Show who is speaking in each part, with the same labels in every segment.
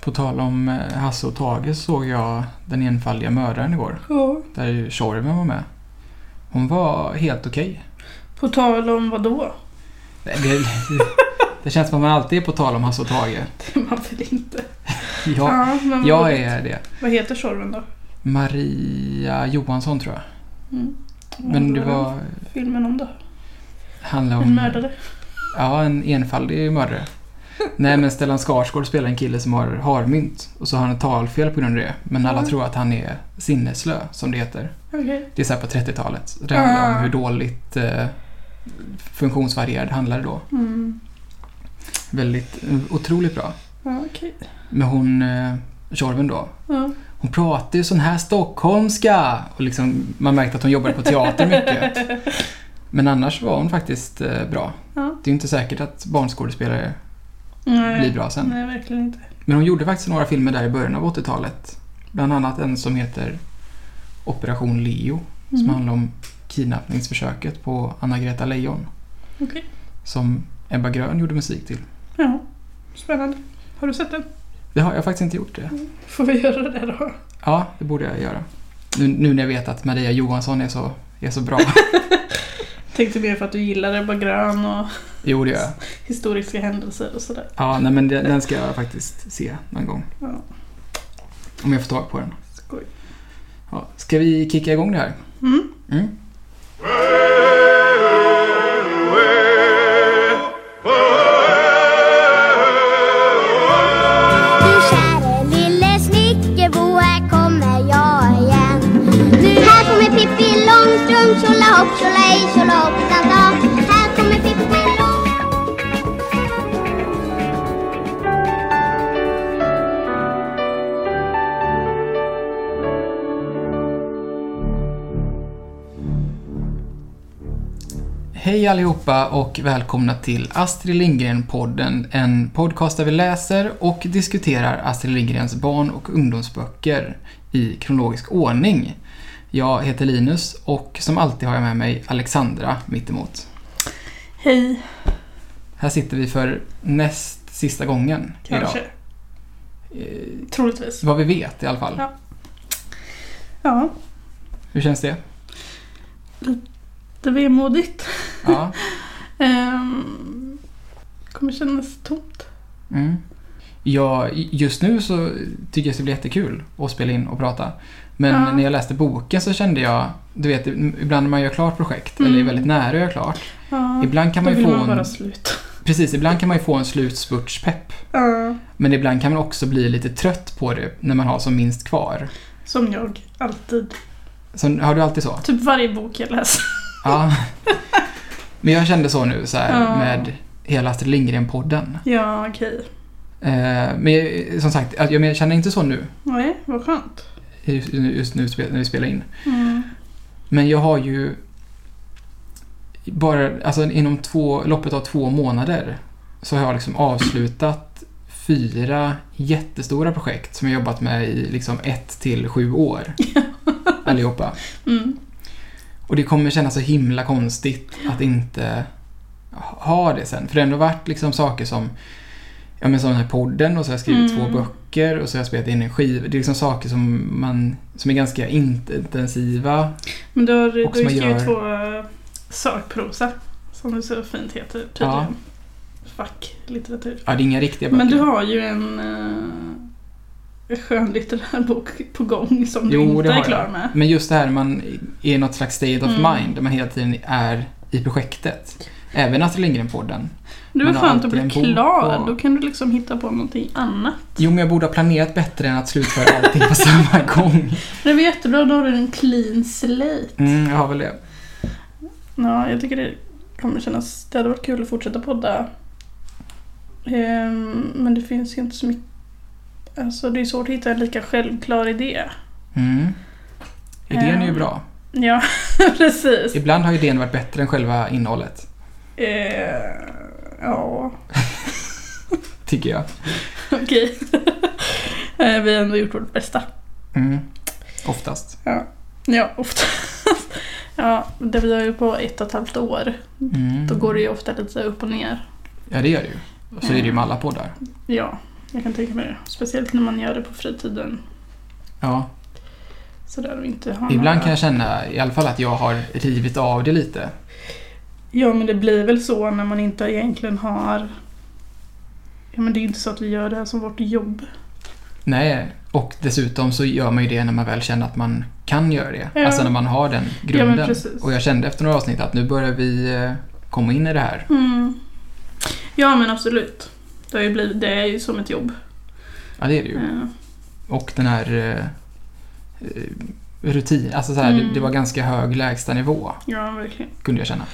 Speaker 1: På tal om eh, Hasse och Tage såg jag Den enfaldiga mördaren igår.
Speaker 2: Ja.
Speaker 1: Där ju Tjorven var med. Hon var helt okej.
Speaker 2: På tal om vad då?
Speaker 1: Nej, Det, det känns som att man alltid är på tal om Hasse och Tage.
Speaker 2: Det är man väl inte.
Speaker 1: Jag,
Speaker 2: men vad-
Speaker 1: jag är det.
Speaker 2: Vad heter Tjorven då?
Speaker 1: Maria Johansson tror jag.
Speaker 2: Mm.
Speaker 1: Men
Speaker 2: Vad
Speaker 1: det
Speaker 2: den
Speaker 1: var...
Speaker 2: Filmen om då?
Speaker 1: Handlade om...
Speaker 2: En mördare?
Speaker 1: Ja, en enfaldig mördare. Nej, men Stellan Skarsgård spelar en kille som har harmynt och så har han ett talfel på grund av det. Men alla
Speaker 2: Ja.
Speaker 1: tror att han är sinneslö, som det heter.
Speaker 2: Okej.
Speaker 1: Det är så här på 30-talet. Så Det handlar
Speaker 2: Ah.
Speaker 1: om hur dåligt eh, funktionsvarierad handlare då.
Speaker 2: Mm.
Speaker 1: Väldigt, eh, otroligt bra.
Speaker 2: Ja, okej.
Speaker 1: Men hon, eh, Tjorven då,
Speaker 2: Ja.
Speaker 1: hon pratar ju sån här stockholmska. Och liksom, man märkte att hon jobbade på teater mycket. Men annars var hon faktiskt eh, bra.
Speaker 2: Ja.
Speaker 1: Det är ju inte säkert att barnskådespelare
Speaker 2: Nej.
Speaker 1: blir bra sen.
Speaker 2: Nej, verkligen inte.
Speaker 1: Men hon gjorde faktiskt några filmer där i början av 80-talet. Bland annat en som heter Operation Leo
Speaker 2: Mm. Mhm.
Speaker 1: som handlar om kidnappningsförsöket på Anna-Greta Leijon
Speaker 2: Okej.
Speaker 1: som Ebba Grön gjorde musik till.
Speaker 2: Ja. Spännande. Har du sett den?
Speaker 1: Det har jag faktiskt inte gjort det.
Speaker 2: Får vi göra det då?
Speaker 1: Ja, det borde jag göra. Nu, nu när jag vet att Maria Johansson är så, är så bra.
Speaker 2: Tänkte mer för att du gillar Ebba Grön och
Speaker 1: Jo, det gör jag.
Speaker 2: historiska händelser och sådär.
Speaker 1: Ja, nej, men den, den ska jag faktiskt se någon gång.
Speaker 2: Ja.
Speaker 1: Om jag får tag på den.
Speaker 2: Skoj.
Speaker 1: Ja. Ska vi kicka igång det här?
Speaker 2: Mm.
Speaker 1: Mm.
Speaker 3: Du käre lille snickerbo, här kommer jag igen. Nu här kommer Pippi Långstrump, tjolahopp, tjolahej, tjolahoppsan sa. Här kommer Pippi Långstrump
Speaker 1: Hej allihopa och välkomna till Astrid Lindgren-podden, en podcast där vi läser och diskuterar Astrid Lindgrens barn och ungdomsböcker i kronologisk ordning. Jag heter Linus och som alltid har jag med mig Alexandra mittemot.
Speaker 2: Hej,
Speaker 1: Här sitter vi för näst sista gången
Speaker 2: kanske.
Speaker 1: idag. Eh,
Speaker 2: Troligtvis.
Speaker 1: Vad vi vet i alla fall.
Speaker 2: Ja. Ja,
Speaker 1: Hur känns det?
Speaker 2: det är vemodigt.
Speaker 1: Ja.
Speaker 2: Ehm, kommer kännas tomt.
Speaker 1: Mm. Ja, i- just nu så tycker jag att det blir jättekul att spela in och prata. Men
Speaker 2: Ja.
Speaker 1: när jag läste boken så kände jag, du vet ibland när man gör klart projekt
Speaker 2: Mm.
Speaker 1: eller är väldigt nära att göra klart.
Speaker 2: Ja,
Speaker 1: Ibland kan
Speaker 2: då
Speaker 1: man ju
Speaker 2: vill
Speaker 1: få
Speaker 2: man bara
Speaker 1: en,
Speaker 2: sluta.
Speaker 1: precis, ibland kan man ju få en slutspurtspepp.
Speaker 2: Ja,
Speaker 1: Men ibland kan man också bli lite trött på det när man har som minst kvar.
Speaker 2: som jag, alltid.
Speaker 1: Så, har du alltid så?
Speaker 2: Typ varje bok jag läser.
Speaker 1: Ja. Men jag kände så nu så här,
Speaker 2: Ja.
Speaker 1: med hela Astrid Lindgren-podden.
Speaker 2: Ja, okej.
Speaker 1: Eh, men jag- som sagt, att jag men jag känner inte så nu
Speaker 2: Nej, vad skönt.
Speaker 1: just just nu spe- när vi spelar in.
Speaker 2: Mm.
Speaker 1: Men jag har ju bara, alltså inom två, loppet av två månader så har jag liksom avslutat fyra jättestora projekt som jag jobbat med i liksom ett till sju år. Allihopa.
Speaker 2: Mm.
Speaker 1: Och det kommer kännas så himla konstigt att inte ha det sen. För det har ändå varit liksom saker som, ja men som den här podden och så har jag skrivit
Speaker 2: Mm.
Speaker 1: två böcker och så har jag spelat in en skiva. Det är liksom saker som, man, som är ganska intensiva
Speaker 2: Men du har, du
Speaker 1: Och som
Speaker 2: har
Speaker 1: man
Speaker 2: skrivit
Speaker 1: gör-
Speaker 2: två eh, sakprosa, som du så fint heter tydligen.
Speaker 1: Ja.
Speaker 2: Facklitteratur.
Speaker 1: Ja, det är inga riktiga böcker.
Speaker 2: Men du har ju en uh, skönlitterär bok på gång som
Speaker 1: Jo,
Speaker 2: du inte
Speaker 1: det har
Speaker 2: är
Speaker 1: jag.
Speaker 2: klar med.
Speaker 1: Men just det här man är i något slags state of
Speaker 2: Mm.
Speaker 1: mind där man hela tiden är i projektet. Även Astrid Lindgren-podden.
Speaker 2: Det
Speaker 1: Men
Speaker 2: var
Speaker 1: du har
Speaker 2: skönt att
Speaker 1: alltid
Speaker 2: bli
Speaker 1: en bok
Speaker 2: klar,
Speaker 1: på-
Speaker 2: då kan du liksom hitta på någonting annat.
Speaker 1: Jo, men jag borde ha planerat bättre än att slutföra allting på samma gång.
Speaker 2: Det var jättebra, då har du en clean slate.
Speaker 1: Mm, jag har väl det.
Speaker 2: Ja, jag tycker det kommer kännas... Det hade varit kul att fortsätta podda. Ehm, men det finns ju inte så mycket... Alltså det är svårt att hitta en lika självklar idé.
Speaker 1: Mm. Idén är ju
Speaker 2: Ehm.
Speaker 1: bra.
Speaker 2: Ja, precis.
Speaker 1: Ibland har idén varit bättre än själva innehållet,
Speaker 2: Ehm, ja,
Speaker 1: tycker jag.
Speaker 2: okej. Ehm, Vi har ändå gjort vårt bästa.
Speaker 1: Mm. Oftast.
Speaker 2: Ja, ofta. ja, det vi har ju på ett och ett halvt år.
Speaker 1: Mm.
Speaker 2: Då går det ju ofta lite upp och ner.
Speaker 1: Ja, det gör det ju. Och så är det ju med alla poddar.
Speaker 2: Ja, Jag kan tänka mig det. Speciellt när man gör det på fritiden.
Speaker 1: Ja.
Speaker 2: Sådär och inte har några-
Speaker 1: Ibland kan jag känna i alla fall att jag har rivit av det lite.
Speaker 2: Ja men det blir väl så när man inte egentligen har... Ja men det är ju inte så att vi gör det här som vårt jobb.
Speaker 1: Nej, och dessutom så gör man ju det när man väl känner att man kan göra det.
Speaker 2: Ja.
Speaker 1: Alltså när man har den
Speaker 2: Ja, men
Speaker 1: grunden.
Speaker 2: precis.
Speaker 1: och jag kände efter några avsnitt att nu börjar vi eh, komma in i det här.
Speaker 2: Mm. Ja men absolut. Det, har ju blivit, det är ju som ett jobb.
Speaker 1: Ja, det är det ju.
Speaker 2: Eh,
Speaker 1: Och den här eh, eh, rutin, alltså så här,
Speaker 2: Mm.
Speaker 1: det, det var ganska hög lägstanivå
Speaker 2: Ja verkligen.
Speaker 1: kunde jag känna.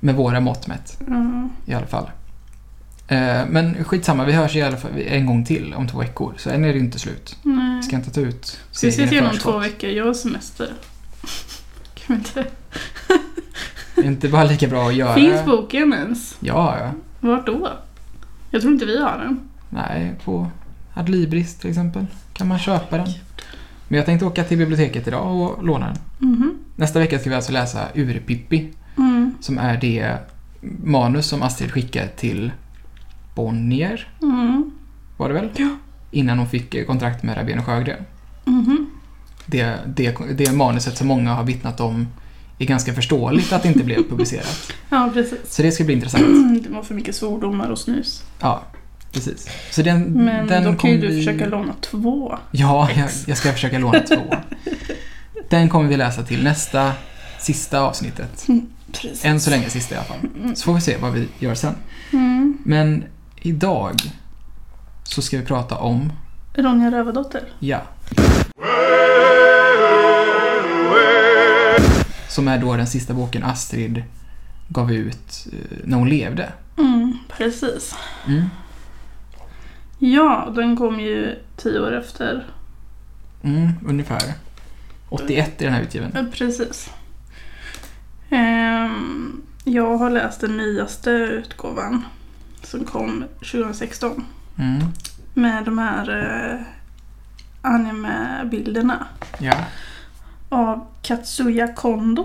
Speaker 1: Med våra mått mätt
Speaker 2: Ja.
Speaker 1: i alla fall. Eh, men skitsamma, vi hörs i alla fall en gång till om två veckor. Så än är det ju inte slut.
Speaker 2: nej.
Speaker 1: Vi ska inte ta ut
Speaker 2: Ska vi ses
Speaker 1: segern i
Speaker 2: igen om
Speaker 1: förskott.
Speaker 2: två veckor? Jag har semester. Kan vi inte...
Speaker 1: Det är inte bara lika bra att göra.
Speaker 2: Finns boken ens?
Speaker 1: Ja, ja.
Speaker 2: Vart då? Jag tror inte vi har den.
Speaker 1: Nej, på Adlibris till exempel kan man köpa den. Men jag tänkte åka till biblioteket idag och låna den.
Speaker 2: Mhm.
Speaker 1: Nästa vecka ska vi alltså läsa Urpippi,
Speaker 2: Mm.
Speaker 1: som är det manus som Astrid skickade till Bonnier,
Speaker 2: Mm.
Speaker 1: var det väl?
Speaker 2: Ja.
Speaker 1: Innan hon fick eh, kontrakt med Rabén och Sjögren.
Speaker 2: Mhm.
Speaker 1: Det, det, det manuset som många har vittnat om är ganska förståeligt att det inte blev publicerat.
Speaker 2: Ja, precis.
Speaker 1: Så det ska bli intressant.
Speaker 2: Det var för mycket svordomar och snus.
Speaker 1: Ja, precis. Så den,
Speaker 2: Men
Speaker 1: den
Speaker 2: då kan
Speaker 1: kommer
Speaker 2: ju du
Speaker 1: vi-
Speaker 2: försöka låna två.
Speaker 1: Ja, jag, jag ska försöka låna två. Den kommer vi läsa till nästa, sista avsnittet.
Speaker 2: Precis.
Speaker 1: Än så länge sista i alla fall. Så får vi se vad vi gör sen.
Speaker 2: Mm.
Speaker 1: Men idag så ska vi prata om,
Speaker 2: Ronja Rövardotter.
Speaker 1: ja. Som är då den sista boken Astrid gav ut eh, när hon levde.
Speaker 2: Mm, precis.
Speaker 1: Mm.
Speaker 2: Ja, den kom ju tio år efter.
Speaker 1: Mm, ungefär. 81 är den här utgiven.
Speaker 2: Ja, precis. Ehm, jag har läst den nyaste utgåvan som kom 2016
Speaker 1: Mm.
Speaker 2: med de här eh, anime-bilderna
Speaker 1: Ja.
Speaker 2: av Katsuya Kondo.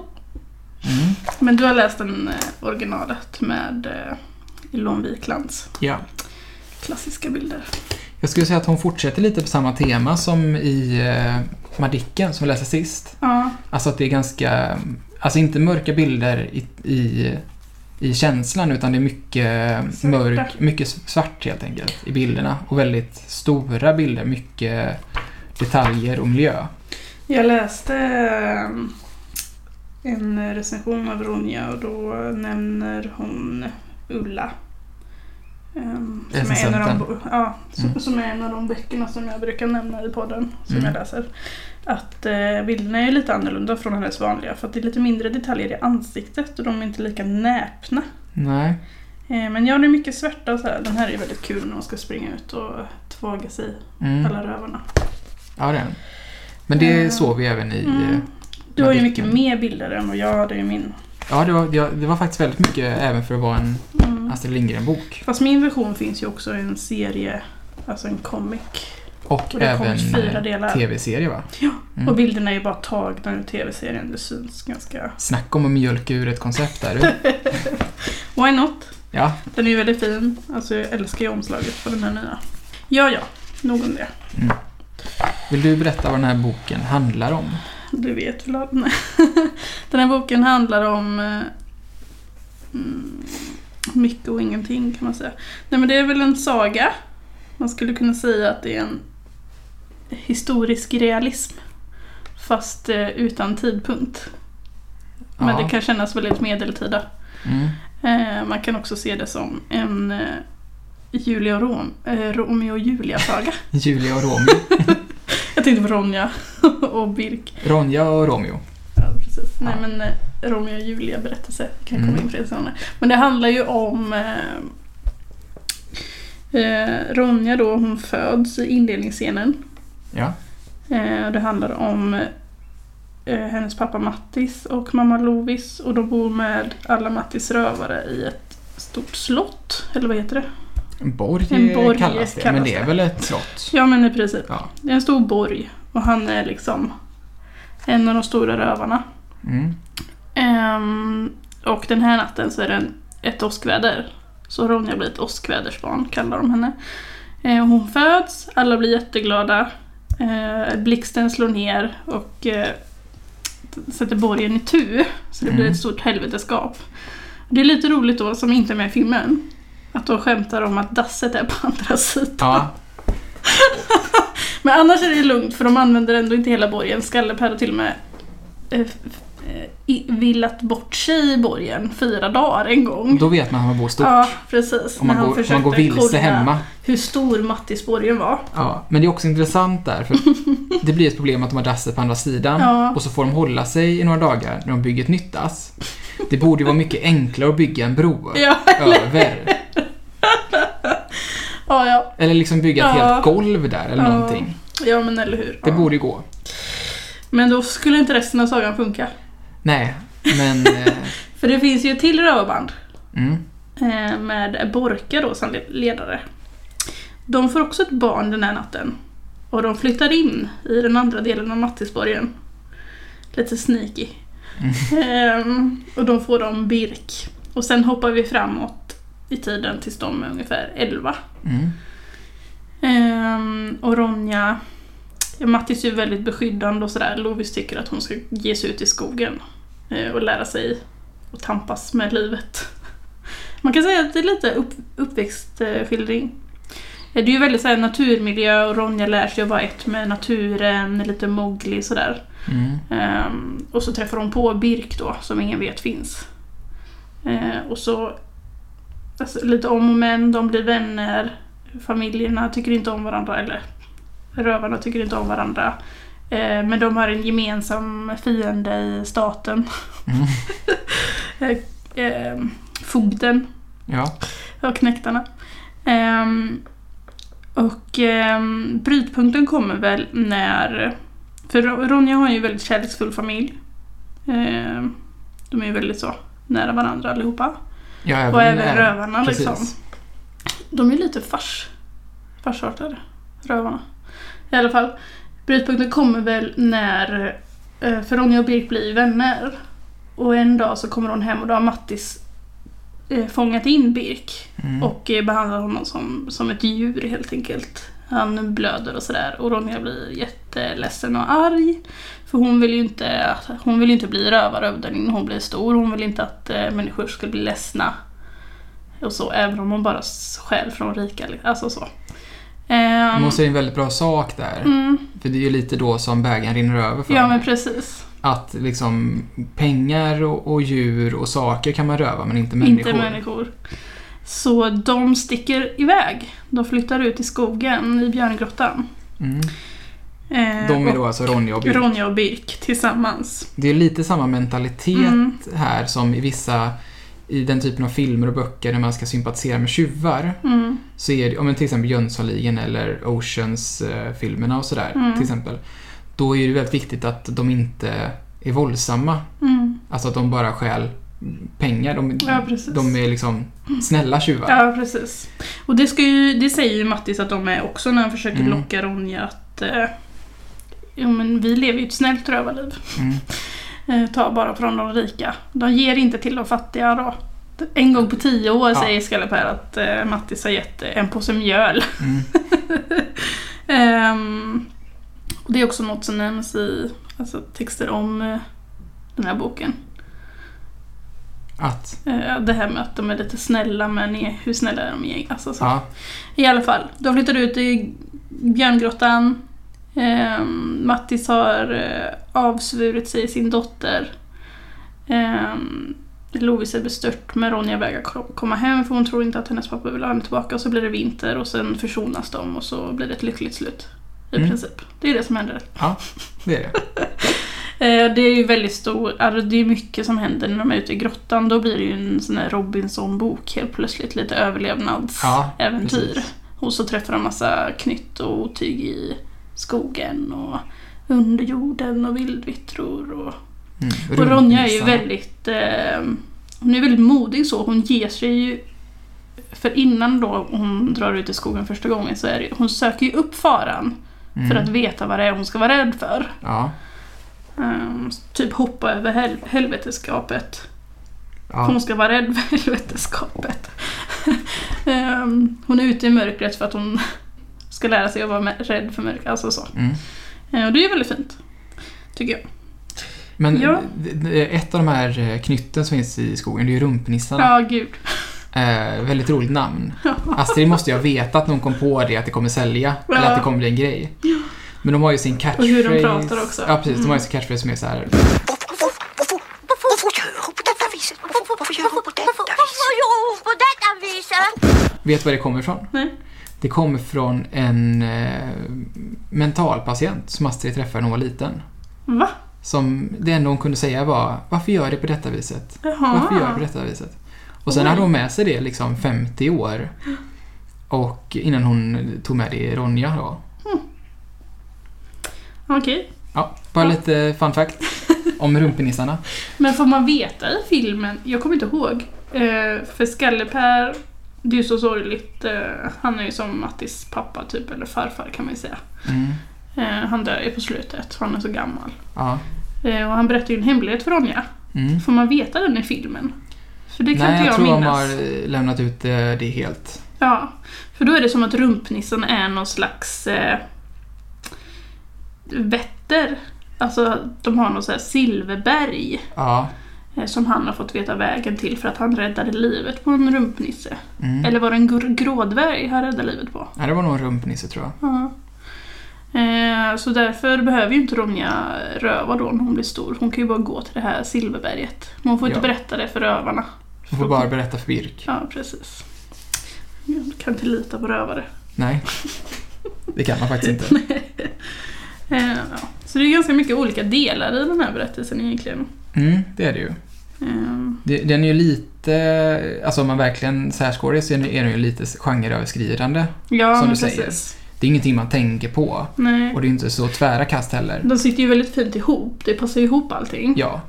Speaker 1: Mm.
Speaker 2: Men du har läst den eh, originalet med eh, Ilon Wiklands
Speaker 1: Ja.
Speaker 2: klassiska bilder.
Speaker 1: Jag skulle säga att hon fortsätter lite på samma tema som i eh, Madicken som vi läste sist.
Speaker 2: Ja,
Speaker 1: Alltså att det är ganska, alltså inte mörka bilder i, i, i känslan utan det är mycket
Speaker 2: Svarta.
Speaker 1: mörk, mycket svart helt enkelt i bilderna och väldigt stora bilder, mycket detaljer och miljö.
Speaker 2: Jag läste eh, en recension av Ronja och då nämner hon Ulla. eh, Som är, en av de,
Speaker 1: Recensenten.
Speaker 2: bo- ja, som,
Speaker 1: Mm.
Speaker 2: som är en av de böckerna som jag brukar nämna i podden som
Speaker 1: Mm.
Speaker 2: jag läser. Att eh, bilderna är lite annorlunda från hennes vanliga för att det är lite mindre detaljer i ansiktet och de är inte lika näpna.
Speaker 1: Nej.
Speaker 2: Eh, men jag har mycket svärta och så här. Den här är väldigt kul när man ska springa ut och tvaga sig
Speaker 1: Mm.
Speaker 2: alla rövarna.
Speaker 1: Ja, det är den. Men det
Speaker 2: Eh,
Speaker 1: såg vi även i...
Speaker 2: Mm.
Speaker 1: eh,
Speaker 2: Du har ju
Speaker 1: Madicken.
Speaker 2: mycket mer bilder än vad jag hade i min.
Speaker 1: Ja, det var, det var- det var faktiskt väldigt mycket även för att vara en
Speaker 2: Mm.
Speaker 1: Astrid Lindgren-bok.
Speaker 2: Fast min version finns ju också i en serie, alltså en comic.
Speaker 1: Och,
Speaker 2: Och det har
Speaker 1: även
Speaker 2: kommit fyra
Speaker 1: eh,
Speaker 2: delar.
Speaker 1: tv-serie va? Mm.
Speaker 2: Och bilderna är ju bara tagna ur tv-serien, det syns ganska...
Speaker 1: Snacka om att mjölka ur ett koncept där du.
Speaker 2: Why not?
Speaker 1: Ja.
Speaker 2: Den är ju väldigt fin, alltså jag älskar ju omslaget på den här nya. Ja, ja, nog om det.
Speaker 1: Vill du berätta vad den här boken handlar om?
Speaker 2: Du vet väl att Den här boken handlar om eh, mm, mycket och ingenting kan man säga. Nej men det är väl en saga. Man skulle kunna säga att det är en historisk realism. Fast eh, utan tidpunkt. Men
Speaker 1: Ja.
Speaker 2: det kan kännas väldigt medeltida.
Speaker 1: Mm.
Speaker 2: Eh, man kan också se det som en eh, Julia och Rom, eh, Romeo och Julia-saga.
Speaker 1: Julia och Romeo.
Speaker 2: Jag tänkte på Ronja och Birk.
Speaker 1: Ronja och Romeo.
Speaker 2: Ja, precis. Nej,
Speaker 1: Ja.
Speaker 2: men eh, Romeo och Julia berättelse Vi kan
Speaker 1: Mm.
Speaker 2: komma in på det senare. Men det handlar ju om eh, eh, Ronja då, hon föds i inledningsscenen.
Speaker 1: Ja.
Speaker 2: Eh, och det handlar om eh, hennes pappa Mattis och mamma Lovis och de bor med alla Mattis rövare i ett stort slott, eller vad heter det?
Speaker 1: Borg,
Speaker 2: En borg
Speaker 1: kallas det, men
Speaker 2: kallas
Speaker 1: det är
Speaker 2: det.
Speaker 1: väl ett slott?
Speaker 2: Ja men i princip.
Speaker 1: Ja.
Speaker 2: Det är en stor borg och han är liksom en av de stora rövarna.
Speaker 1: Mm.
Speaker 2: Ehm, och den här natten så är det en, ett åskväder. Så Ronja blir ett åskvädersbarn, kallar de henne. Eh, Hon föds, alla blir jätteglada. Eh, Blixten slår ner och eh, t- sätter borgen i tu. Så det blir
Speaker 1: Mm.
Speaker 2: ett stort helveteskap. Det är lite roligt då, som inte är med i filmen, att de skämtar om att dasset är på andra sidan.
Speaker 1: Ja.
Speaker 2: Men annars är det lugnt för de använder ändå inte hela borgen. Skallepär har till och med eh, f- eh, i- villat bort sig i borgen fyra dagar en gång.
Speaker 1: Då vet man att man bor stort.
Speaker 2: Ja, precis.
Speaker 1: om, man
Speaker 2: När
Speaker 1: går,
Speaker 2: han
Speaker 1: om man
Speaker 2: försökte
Speaker 1: går vilse
Speaker 2: kolla
Speaker 1: hemma.
Speaker 2: hur stor Mattis borgen var.
Speaker 1: Ja. Men det är också intressant där, för det blir ett problem att de har dasset på andra sidan
Speaker 2: Ja.
Speaker 1: och så får de hålla sig i några dagar när de bygger ett nytt dass. Det borde ju vara mycket enklare att bygga en bro
Speaker 2: Ja,
Speaker 1: över.
Speaker 2: ja, ja.
Speaker 1: Eller liksom bygga ett
Speaker 2: Ja.
Speaker 1: helt golv där eller
Speaker 2: Ja.
Speaker 1: någonting.
Speaker 2: ja men eller hur.
Speaker 1: Det
Speaker 2: ja.
Speaker 1: borde ju gå.
Speaker 2: Men då skulle inte resten av sagan funka.
Speaker 1: Nej, men... Eh,
Speaker 2: För det finns ju ett till rövarband
Speaker 1: mm.
Speaker 2: eh, med Borka då som le- ledare. De får också ett barn den här natten. Och de flyttar in i den andra delen av Mattisborgen. Lite sneaky. Ehm, och de får dem Birk. Och sen hoppar vi framåt i tiden tills de är ungefär 11.
Speaker 1: Mm.
Speaker 2: Ehm, och Ronja... Mattis är ju väldigt beskyddande och sådär. Lovis tycker att hon ska ge sig ut i skogen eh, och lära sig att tampas med livet. Man kan säga att det är lite upp, uppväxtskildring. Eh, Det är ju väldigt så här, naturmiljö och Ronja lär sig att vara ett med naturen, lite moglig sådär.
Speaker 1: Mm.
Speaker 2: Ehm, och så träffar hon på Birk då, som ingen vet finns. Eh, och så alltså, lite om och men, de blir vänner. Familjerna tycker inte om varandra, eller rövarna tycker inte om varandra. Eh, men de har en gemensam fiende i staten.
Speaker 1: Mm.
Speaker 2: eh, eh, fogden
Speaker 1: Ja.
Speaker 2: och knektarna. Ehm, och ehm, brytpunkten kommer väl när... För Ro- Ronja har ju en väldigt kärleksfull familj. Ehm, de är ju väldigt så nära varandra allihopa.
Speaker 1: ja
Speaker 2: och även
Speaker 1: när-
Speaker 2: rövarna
Speaker 1: Precis.
Speaker 2: liksom. De är lite fars. Farsartade. Rövarna. I alla fall. Brytpunkten kommer väl när... eh, För Ronja och Birk blir vänner. Och en dag så kommer hon hem och då har Mattis eh, fångat in Birk.
Speaker 1: Mm.
Speaker 2: Och eh, behandlar honom som, som ett djur helt enkelt. Han blöder och sådär och Ronja blir jätteledsen och arg. För hon vill ju inte, att- hon vill ju inte bli rövarhövding när hon blir stor. Hon vill inte att eh, människor ska bli ledsna. Och så, även om hon bara s- stjäl från rika. li- Alltså så.
Speaker 1: Men
Speaker 2: Ehm,
Speaker 1: hon säger en väldigt bra sak där.
Speaker 2: mm,
Speaker 1: För det är ju lite då som bägaren rinner över för
Speaker 2: ja
Speaker 1: henne.
Speaker 2: men precis.
Speaker 1: Att liksom pengar och, och djur och saker kan man röva men inte människor.
Speaker 2: Inte människor. Så de sticker iväg. De flyttar ut i skogen i björngrottan.
Speaker 1: Mm.
Speaker 2: Ehm,
Speaker 1: De är
Speaker 2: Eh, och
Speaker 1: då alltså Ronja och Björn.
Speaker 2: Ronja och Birk tillsammans.
Speaker 1: Det är lite samma mentalitet
Speaker 2: Mm.
Speaker 1: här som i vissa, i den typen av filmer och böcker när man ska sympatisera med tjuvar.
Speaker 2: Mm,
Speaker 1: Så är det, om till exempel Jönssonligan eller Oceans-filmerna och sådär
Speaker 2: Mm.
Speaker 1: till exempel. Då är det väldigt viktigt att de inte är våldsamma.
Speaker 2: mm.
Speaker 1: Alltså att de bara stjäl pengar. De,
Speaker 2: Ja, precis.
Speaker 1: de är liksom snälla tjuvar.
Speaker 2: Ja, precis. Och det, ska ju, det säger ju Mattis att de är också när han försöker
Speaker 1: Mm.
Speaker 2: locka Ronja att eh, jo, men vi lever ju ett snällt rövarliv.
Speaker 1: Mm.
Speaker 2: Eh, ta bara från de rika. De ger inte till de fattiga då. En gång på tio år
Speaker 1: Ja.
Speaker 2: säger Skallepär att eh, Mattis har gett eh, en påse mjöl.
Speaker 1: Mm.
Speaker 2: Ehm, och det är också något som nämns i alltså, texter om eh, den här boken.
Speaker 1: Att,
Speaker 2: Eh, det här med att de är lite snälla men är, hur snälla är de egentligen? Alltså, så.
Speaker 1: ja.
Speaker 2: I alla fall, de flyttar ut i björngrottan. Ehm, Mattis har eh, avsvurit sig sin dotter. Ehm, Lovis är bestört men Ronja vägrar ko- komma hem för hon tror inte att hennes pappa vill ha henne tillbaka och så blir det vinter och sen försonas de och så blir det ett lyckligt slut. I
Speaker 1: Mm.
Speaker 2: princip. Det är det som händer.
Speaker 1: ja, det är det.
Speaker 2: Eh, det är ju väldigt stor, alltså det är mycket som händer när de är ute i grottan. Då blir det ju en sån här Robinson-bok helt plötsligt. Lite
Speaker 1: Ja,
Speaker 2: överlevnadsäventyr.
Speaker 1: precis.
Speaker 2: och så träffar de massa knytt och otyg i skogen och under jorden och vildvittror. Och,
Speaker 1: Mm.
Speaker 2: och Ronja är ju
Speaker 1: Rumpnissarna.
Speaker 2: väldigt, eh, hon är väldigt modig så. Hon ger sig ju för innan då hon drar ut i skogen första gången så är det, hon söker ju upp faran
Speaker 1: Mm.
Speaker 2: för att veta vad det är hon ska vara rädd för.
Speaker 1: Ja.
Speaker 2: Ehm, typ hoppa över hel- helveteskapet.
Speaker 1: ja.
Speaker 2: Hon ska vara rädd för helveteskapet. Ehm, hon är ute i mörkret för att hon ska lära sig att vara mä- rädd för mörker. Alltså så.
Speaker 1: Mm.
Speaker 2: Eh, Och det är väldigt fint. Tycker jag.
Speaker 1: Men
Speaker 2: Ja.
Speaker 1: d- d- ett av de här eh, knytten som finns i skogen, det är ju rumpnissarna.
Speaker 2: Ja, gud.
Speaker 1: Eh, väldigt roligt namn. Astrid måste ju ha vetat att någon kom på det, att det kommer sälja.
Speaker 2: Ja.
Speaker 1: Eller att det kommer bli en grej. Men de har ju sin
Speaker 2: Och
Speaker 1: catchphrase.
Speaker 2: hur de pratar också. Mm.
Speaker 1: Ja, precis. De har ju sin catchphrase som är så här.
Speaker 4: Varför gör hon på detta viset? Varför gör hon på detta viset?
Speaker 3: Varför gör hon på detta viset?
Speaker 1: Vet du var det kommer ifrån?
Speaker 2: Nej.
Speaker 1: Det kommer från en eh, mentalpatient som Astrid träffade när hon var liten.
Speaker 2: Va?
Speaker 1: Som det enda hon kunde säga var Varför gör det på detta viset?
Speaker 2: Jaha.
Speaker 1: Varför gör du på detta viset? Och sen
Speaker 2: Oj.
Speaker 1: hade hon med sig det liksom 50 år. Och innan hon tog med det i Ronja då.
Speaker 2: Okej.
Speaker 1: Ja, bara lite fun fact om rumpenissarna.
Speaker 2: Men får man veta i filmen, jag kommer inte ihåg, eh, för Skallepär, det är ju så sorgligt, eh, han är ju som Mattis pappa typ, eller farfar kan man ju säga.
Speaker 1: Mm.
Speaker 2: Eh, han dör ju på slutet, han är så gammal.
Speaker 1: Ja.
Speaker 2: Eh, och han berättar ju en hemlighet för Ronja.
Speaker 1: Mm.
Speaker 2: Får man veta den i filmen? För det kan
Speaker 1: Nej,
Speaker 2: inte
Speaker 1: jag
Speaker 2: jag,
Speaker 1: tror de
Speaker 2: minnas.
Speaker 1: har lämnat ut eh, det helt.
Speaker 2: Ja, för då är det som att rumpnissen är någon slags eh, vätter. Alltså, de har någon sån här silverberg.
Speaker 1: Ja.
Speaker 2: eh, som han har fått veta vägen till för att han räddade livet på en rumpnisse.
Speaker 1: Mm.
Speaker 2: Eller var det en gr- grådvärg han räddade livet på?
Speaker 1: Nej, det var nog en rumpnisse tror jag.
Speaker 2: Ja. Eh, Så därför behöver ju inte Ronja röva då när hon blir stor. Hon kan ju bara gå till det här silverberget. Men hon får inte
Speaker 1: Ja.
Speaker 2: berätta det för rövarna.
Speaker 1: Hon får bara berätta för Birk.
Speaker 2: Ja, precis. Jag kan inte lita på rövare.
Speaker 1: Nej. Det kan man faktiskt inte.
Speaker 2: Eh, ja. Så det är ganska mycket olika delar i den här berättelsen egentligen.
Speaker 1: Mm, det är det ju.
Speaker 2: Eh,
Speaker 1: Det- Den är ju lite, alltså om man verkligen särskår det så är den är den ju lite genreöverskridande.
Speaker 2: Ja,
Speaker 1: Som
Speaker 2: men
Speaker 1: du säger.
Speaker 2: precis.
Speaker 1: Det är ingenting man tänker på.
Speaker 2: Nej.
Speaker 1: Och det är inte så tvära kast heller.
Speaker 2: De sitter ju väldigt fint ihop. Det passar ju ihop allting.
Speaker 1: Ja.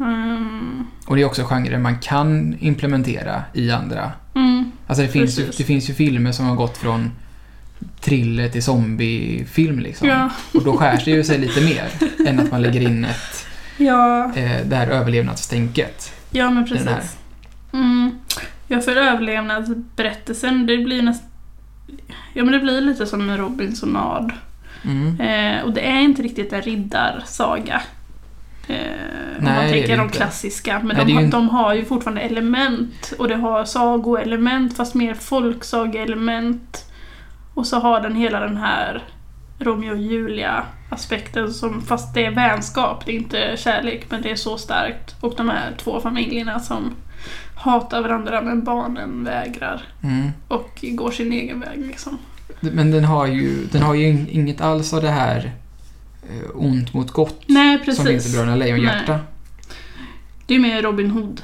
Speaker 2: Ehm,
Speaker 1: Och det är också genrer man kan implementera i andra
Speaker 2: mm,
Speaker 1: Alltså det finns, ju,
Speaker 2: Precis.
Speaker 1: det finns ju filmer som har gått från thriller till zombiefilm liksom.
Speaker 2: ja,
Speaker 1: Och då skär det ju sig lite mer än att man lägger in ett,
Speaker 2: ja,
Speaker 1: eh, det här överlevnadstänket.
Speaker 2: ja, men
Speaker 1: Den här.
Speaker 2: precis. Mm. Ja, för överlevnadsberättelsen, det blir nästan... Ja, men det blir lite som en Robinsonad.
Speaker 1: Mm.
Speaker 2: Eh, och det är inte riktigt en riddarsaga. Eh,
Speaker 1: Nej,
Speaker 2: om
Speaker 1: det
Speaker 2: man
Speaker 1: är
Speaker 2: tänker
Speaker 1: det
Speaker 2: de
Speaker 1: inte.
Speaker 2: klassiska. Men
Speaker 1: Nej,
Speaker 2: de,
Speaker 1: det är
Speaker 2: har-
Speaker 1: ju en-
Speaker 2: de har ju fortfarande element. Och det har sagoelement, fast mer folksagoelement. Och så har den hela den här Romeo och Julia-aspekten, som, fast det är vänskap, det är inte kärlek, men det är så starkt. Och de här två familjerna som hatar varandra, men barnen vägrar.
Speaker 1: Mm.
Speaker 2: Och går sin egen väg liksom.
Speaker 1: Men den har ju, den har ju in- inget alls av det här eh, ont mot gott
Speaker 2: Nej, precis.
Speaker 1: som finns i Bröderna Lejonhjärta.
Speaker 2: Det är mer Robin Hood,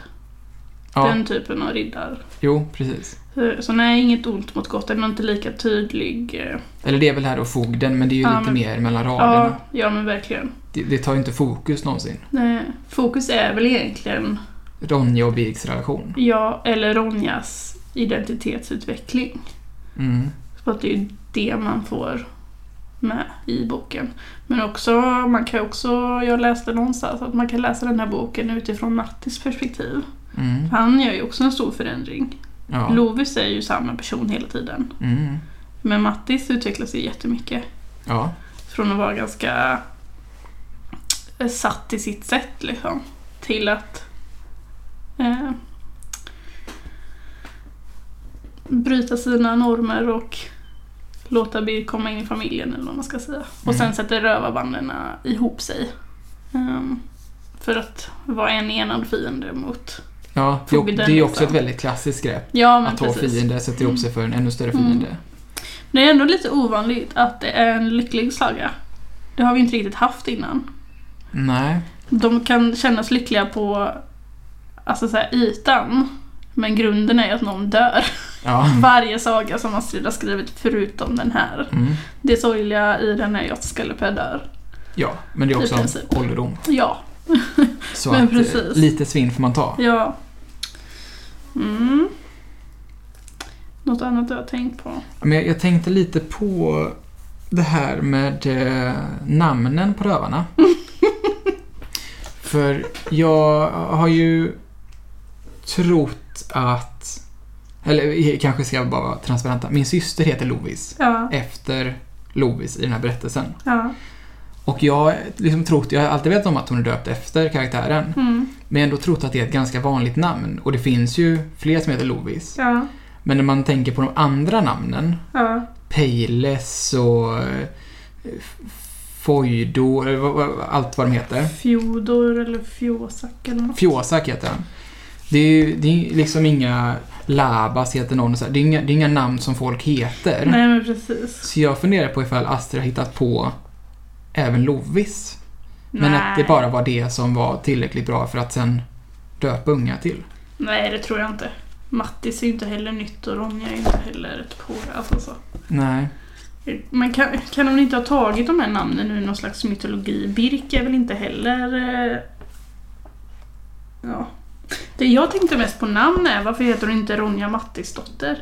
Speaker 1: Ja,
Speaker 2: den typen av riddar. Eh,
Speaker 1: jo precis.
Speaker 2: Så- Så nej, inget ont mot gott. Den är inte lika tydlig. eh,
Speaker 1: Eller det är väl här och fogden, men det är ju
Speaker 2: Ja,
Speaker 1: lite
Speaker 2: men-
Speaker 1: mer mellan raderna.
Speaker 2: Ja, ja men verkligen.
Speaker 1: Det, det tar ju inte fokus någonsin.
Speaker 2: Nej, Fokus är väl egentligen,
Speaker 1: Ronja och Birks relation.
Speaker 2: ja, eller Ronjas identitetsutveckling.
Speaker 1: Mm.
Speaker 2: Så att det är ju det man får med i boken. Men också, man kan också, jag läste någonstans att man kan läsa den här boken utifrån Mattis perspektiv.
Speaker 1: Mm.
Speaker 2: Han gör ju också en stor förändring.
Speaker 1: Ja.
Speaker 2: Lovis är ju samma person hela tiden.
Speaker 1: Mm.
Speaker 2: Men Mattis utvecklas ju jättemycket.
Speaker 1: Ja.
Speaker 2: Från att vara ganska eh, satt i sitt sätt liksom. Till att eh, bryta sina normer och låta Birk komma in i familjen eller vad man ska säga. Och
Speaker 1: Mm.
Speaker 2: sen sätter rövarbanden ihop sig. ehm, för att vara en enad fiende mot...
Speaker 1: Ja, det,
Speaker 2: Fogden,
Speaker 1: det är ju också
Speaker 2: liksom.
Speaker 1: ett väldigt klassiskt grepp.
Speaker 2: Ja men
Speaker 1: att två
Speaker 2: precis.
Speaker 1: fiender sätter ihop sig för en ännu större
Speaker 2: Mm.
Speaker 1: fiende.
Speaker 2: Det är ändå lite ovanligt att det är en lycklig saga. Det har vi inte riktigt haft innan.
Speaker 1: Nej.
Speaker 2: De kan kännas lyckliga på alltså så här, ytan, men grunden är ju att någon dör.
Speaker 1: Ja.
Speaker 2: Varje saga som Astrid har skrivit förutom den här.
Speaker 1: Mm.
Speaker 2: Det sorgliga i den är ju att Skallepää dör.
Speaker 1: Ja, men det är
Speaker 2: I
Speaker 1: också
Speaker 2: princip.
Speaker 1: ålderdom.
Speaker 2: Ja,
Speaker 1: Så
Speaker 2: Men
Speaker 1: att eh,
Speaker 2: precis.
Speaker 1: lite svinn får man ta.
Speaker 2: ja. Mm. Något annat du har tänkt på?
Speaker 1: Men jag, jag tänkte lite på det här med eh, namnen på rövarna. för jag har ju trott att Eller eh, kanske ska jag bara vara transparenta. Min syster heter Lovis.
Speaker 2: Ja.
Speaker 1: Efter Lovis i den här berättelsen.
Speaker 2: Ja.
Speaker 1: Och jag har liksom trott, jag har alltid vetat om att hon är döpt efter karaktären.
Speaker 2: Mm.
Speaker 1: Men ändå trott att det är ett ganska vanligt namn. Och det finns ju fler som heter Lovis.
Speaker 2: Ja.
Speaker 1: Men när man tänker på de andra namnen.
Speaker 2: Ja.
Speaker 1: Pejles och eh, F- Foido, eller vad- vad- allt vad de heter.
Speaker 2: Fjodor eller Fjåsak eller något.
Speaker 1: Fjåsak heter han. Det är ju det är ju liksom inga Labas heter någon och så här. Det är inga, det är inga namn som folk heter.
Speaker 2: Nej men precis.
Speaker 1: Så jag funderar på ifall Astrid har hittat på även Lovis. Men
Speaker 2: Nej.
Speaker 1: att det bara var det som var tillräckligt bra för att sen döpa unga till.
Speaker 2: Nej det tror jag inte. Mattis är ju inte heller nytt och Ronja är inte heller ett på. Alltså så.
Speaker 1: Nej.
Speaker 2: Men kan, kan hon inte ha tagit de här namnen ur någon slags mytologi? Birk är väl inte heller... eh, Ja. Det jag tänkte mest på namn är varför heter hon inte Ronja Mattisdotter?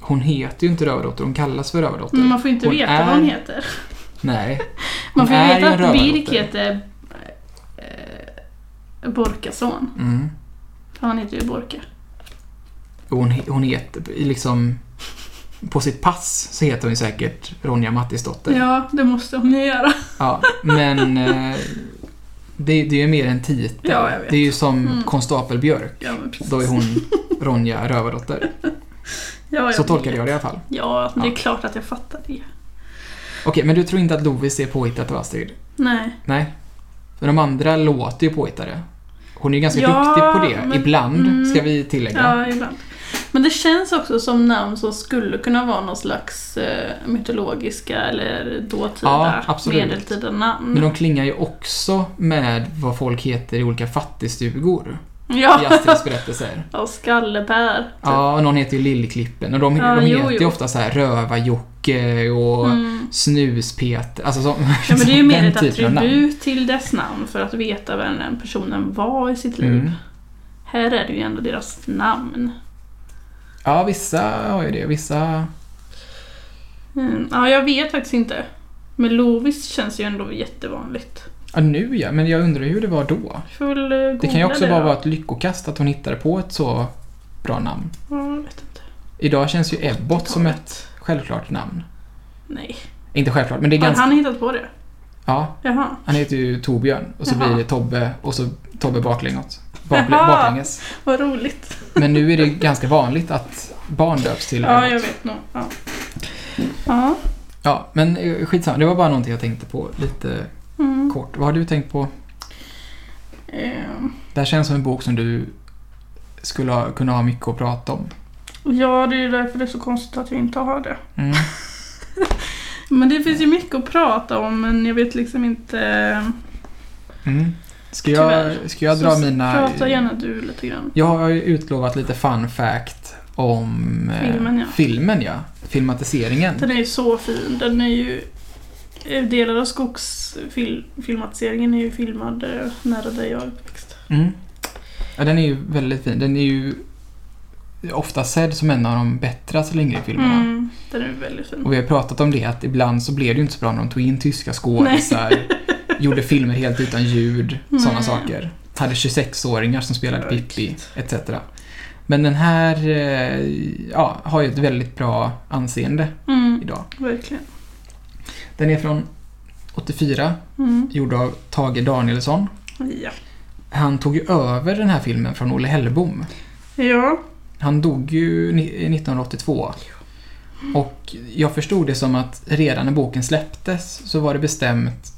Speaker 1: Hon heter ju inte Rövardotter, hon kallas för Rövardotter.
Speaker 2: Men Mm, man får inte
Speaker 1: Hon
Speaker 2: veta
Speaker 1: är-
Speaker 2: vad hon heter.
Speaker 1: Nej.
Speaker 2: Man
Speaker 1: Hon
Speaker 2: får
Speaker 1: är
Speaker 2: ju
Speaker 1: ju en
Speaker 2: veta att Birk
Speaker 1: rövardotter.
Speaker 2: heter eh, Borkason.
Speaker 1: Mm.
Speaker 2: För han heter ju Borka.
Speaker 1: Och Hon, he- hon heter liksom... På sitt pass så heter hon ju säkert Ronja Mattisdotter.
Speaker 2: Ja, det måste hon ju göra.
Speaker 1: Ja, men eh, det, det är ju mer en titel.
Speaker 2: Ja, jag vet.
Speaker 1: Det är ju som
Speaker 2: Mm.
Speaker 1: konstapel Björk.
Speaker 2: Ja, men precis.
Speaker 1: Då är hon Ronja Rövardotter.
Speaker 2: Ja, jag
Speaker 1: Så
Speaker 2: vet.
Speaker 1: tolkade jag det i alla fall.
Speaker 2: Ja, det är
Speaker 1: Ja.
Speaker 2: klart att jag fattar det.
Speaker 1: Okej, men du tror inte att Lovis är påhittat av Astrid?
Speaker 2: Nej.
Speaker 1: Nej. För de andra låter ju påhittade. Hon är ju ganska
Speaker 2: Ja,
Speaker 1: duktig på det.
Speaker 2: men-
Speaker 1: Ibland,
Speaker 2: mm.
Speaker 1: ska vi tillägga.
Speaker 2: Ja, ibland. Men det känns också som namn som skulle kunna vara någon slags eh, mytologiska eller dåtida,
Speaker 1: Ja, absolut.
Speaker 2: medeltida namn.
Speaker 1: Men de klingar ju också med vad folk heter i olika fattigstugor i
Speaker 2: ja.
Speaker 1: Astrids berättelser.
Speaker 2: och skallebär. typ.
Speaker 1: Ja, och någon heter ju Lillklippen och de,
Speaker 2: Ja,
Speaker 1: de
Speaker 2: jo,
Speaker 1: heter ju
Speaker 2: jo.
Speaker 1: ofta så här Röva-Jocke och
Speaker 2: Mm.
Speaker 1: Snuspet. Alltså som,
Speaker 2: Ja, men det är ju
Speaker 1: den
Speaker 2: mer ett
Speaker 1: typen av namn.
Speaker 2: attribut till dess namn för att veta vem den personen var i sitt liv.
Speaker 1: Mm.
Speaker 2: Här är det ju ändå deras namn.
Speaker 1: Ja, vissa har ju det. Vissa...
Speaker 2: Mm. Ja, jag vet faktiskt inte. Men Lovis känns ju ändå jättevanligt.
Speaker 1: Ja, nu ja. Men jag undrar hur det var då.
Speaker 2: Får väl eh,
Speaker 1: Det kan ju
Speaker 2: googla
Speaker 1: också bara
Speaker 2: då.
Speaker 1: vara ett lyckokast att hon hittade på ett så bra namn.
Speaker 2: Ja, jag vet inte.
Speaker 1: Idag känns ju Ebbot som ett självklart namn.
Speaker 2: Nej.
Speaker 1: Inte självklart, men det är
Speaker 2: Har
Speaker 1: ganska...
Speaker 2: han hittat på det?
Speaker 1: Ja,
Speaker 2: Jaha.
Speaker 1: han heter ju Torbjörn och så
Speaker 2: Jaha.
Speaker 1: blir det Tobbe och så Tobbe baklängot. Bakl-
Speaker 2: Jaha.
Speaker 1: baklänges.
Speaker 2: Vad roligt.
Speaker 1: Men nu är det ganska vanligt att barn döps till
Speaker 2: Ja,
Speaker 1: Ebbot.
Speaker 2: jag vet nog. Ja. ja.
Speaker 1: Ja, men eh, skitsamma. Det var bara någonting jag tänkte på lite
Speaker 2: Mm.
Speaker 1: kort. Vad har du tänkt på?
Speaker 2: Ehm,
Speaker 1: Det här känns som en bok som du skulle ha, kunna ha mycket att prata om.
Speaker 2: Ja, det är ju därför det är så konstigt att jag inte har det.
Speaker 1: Mm.
Speaker 2: Men det finns ju mycket att prata om, men jag vet liksom inte.
Speaker 1: Mm. Ska, jag,
Speaker 2: Tyvärr.
Speaker 1: ska jag dra
Speaker 2: Så
Speaker 1: mina...
Speaker 2: Prata gärna du lite grann.
Speaker 1: Jag har ju utlovat lite fun fact om eh,
Speaker 2: Filmen, ja.
Speaker 1: filmen, ja. Filmatiseringen.
Speaker 2: Den är ju så fin. Den är ju... eh, Delar av skogsfilmatiseringen är ju filmad eh, nära där jag är uppväxt.
Speaker 1: Mm. Ja, den är ju väldigt fin. Den är ju ofta sedd som en av de bättre Astrid Lindgren-filmerna.
Speaker 2: Mm, den är väldigt fin.
Speaker 1: Och vi har pratat om det att ibland så blev det ju inte så bra när de tog in tyska skådisar, gjorde filmer helt utan ljud, sådana
Speaker 2: Nej.
Speaker 1: saker. Hade 26-åringar som spelade
Speaker 2: Verkligt.
Speaker 1: Pippi, etc. Men den här eh, ja, har ju ett väldigt bra anseende
Speaker 2: Mm,
Speaker 1: idag.
Speaker 2: verkligen.
Speaker 1: Den är från 84,
Speaker 2: Mm,
Speaker 1: gjord av Tage Danielsson.
Speaker 2: ja.
Speaker 1: Han tog ju över den här filmen från Olle Hellbom.
Speaker 2: Ja.
Speaker 1: Han dog ju ni- 1982. Och jag förstod det som att redan när boken släpptes så var det bestämt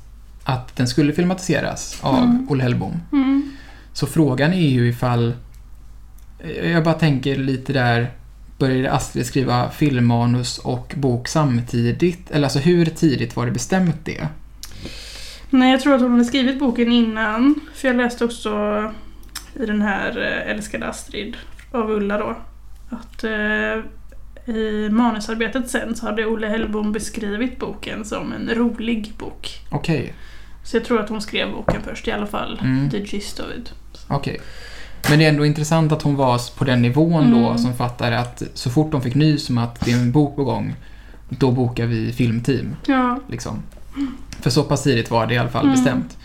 Speaker 1: att den skulle filmatiseras av
Speaker 2: Mm.
Speaker 1: Olle Hellbom.
Speaker 2: Mm,
Speaker 1: Så frågan är ju ifall... eh, Jag bara tänker lite där, började Astrid skriva filmmanus och bok samtidigt? Eller alltså hur tidigt var det bestämt det?
Speaker 2: Nej, jag tror att hon hade skrivit boken innan. För jag läste också i den här eh, Älskade Astrid av Ulla då. Att eh, i manusarbetet sen så hade Olle Hellbom beskrivit boken som en rolig bok.
Speaker 1: Okej,
Speaker 2: Så jag tror att hon skrev boken först i alla fall.
Speaker 1: Mm.
Speaker 2: The gist of it.
Speaker 1: okej. Men det är ändå intressant att hon var på den nivån då
Speaker 2: Mm.
Speaker 1: som fattade att så fort de fick nys om att det är en bok på gång, då bokar vi filmteam.
Speaker 2: Ja.
Speaker 1: Liksom. För så pass tidigt var det i alla fall
Speaker 2: Mm.
Speaker 1: bestämt.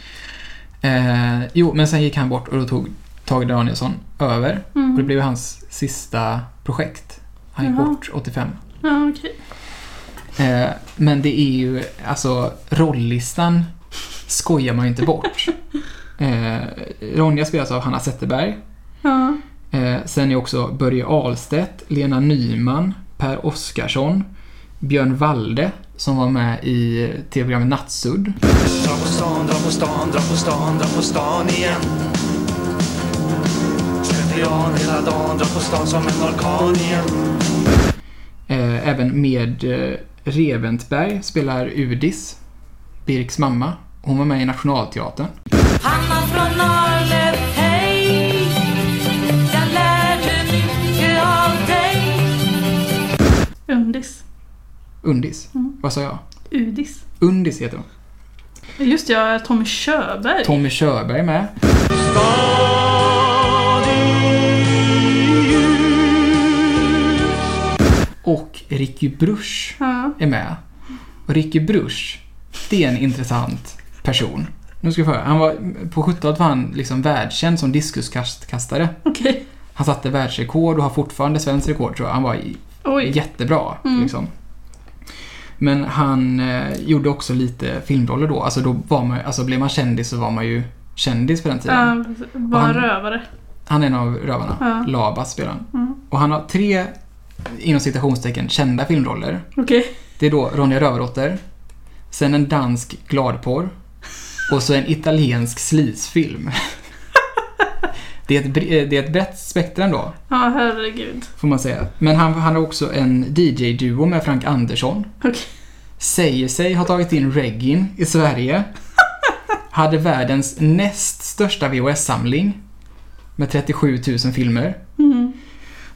Speaker 1: Eh, jo, men sen gick han bort och då tog Tage Danielsson över.
Speaker 2: Mm.
Speaker 1: Och det blev hans sista projekt. Han gick
Speaker 2: Jaha.
Speaker 1: bort 85.
Speaker 2: Ja, okej.
Speaker 1: Eh, men det är ju, alltså rolllistan skojar man ju inte bort. Eh, Ronja spelas av Hanna Zetterberg.
Speaker 2: Ja.
Speaker 1: Eh, sen är också Börje Ahlstedt, Lena Nyman, Per Oskarsson, Björn Walde som var med i tv-programmet Nattsudd.
Speaker 5: Dra på stan, dra på stan, dra på stan, dra på stan igen Slentrian hela dagen, dra på stan som en orkan igen
Speaker 1: Eh, även med eh, Reventberg spelar Udis, Birks mamma. Hon var med i Nationalteatern.
Speaker 6: Hanna från Norrled, hej Jag lärde mycket av dig
Speaker 2: Undis.
Speaker 1: Undis. Vad sa jag?
Speaker 2: Udis.
Speaker 1: Undis heter hon.
Speaker 2: Just det, ja, Tommy Körberg.
Speaker 1: Tommy Körberg är med. Och Ricky Bruch
Speaker 2: Ja.
Speaker 1: är med. Och Ricky Bruch, det är en intressant person. Nu ska vi få höra. Han var, på 70-talet var han liksom världskänd som diskuskastare.
Speaker 2: Okej.
Speaker 1: Han satte världsrekord och har fortfarande svenskt rekord tror jag. Han var i-
Speaker 2: Oj. Mm.
Speaker 1: jättebra. Liksom. Men han eh, gjorde också lite filmroller då. Alltså, då var man, alltså blev man kändis så var man ju kändis på den tiden.
Speaker 2: Ja, precis. Bara
Speaker 1: Han-
Speaker 2: rövare.
Speaker 1: Han är en av rövarna.
Speaker 2: Ja. Mm.
Speaker 1: Labas spelar han. Och han har tre, inom citationstecken, kända filmroller.
Speaker 2: Okej.
Speaker 1: Det är då Ronja Rövardotter, sen en dansk gladporr och så en italiensk slisfilm. Det är, ett, bre- eh, det är ett brett spektrum då,
Speaker 2: Ja, herregud.
Speaker 1: får man säga. Men han, han har också en DJ-duo med Frank Andersson.
Speaker 2: Okej.
Speaker 1: Säger sig ha tagit in reggin i Sverige. Hade världens näst största VHS-samling med 37 000 filmer.
Speaker 2: Mm.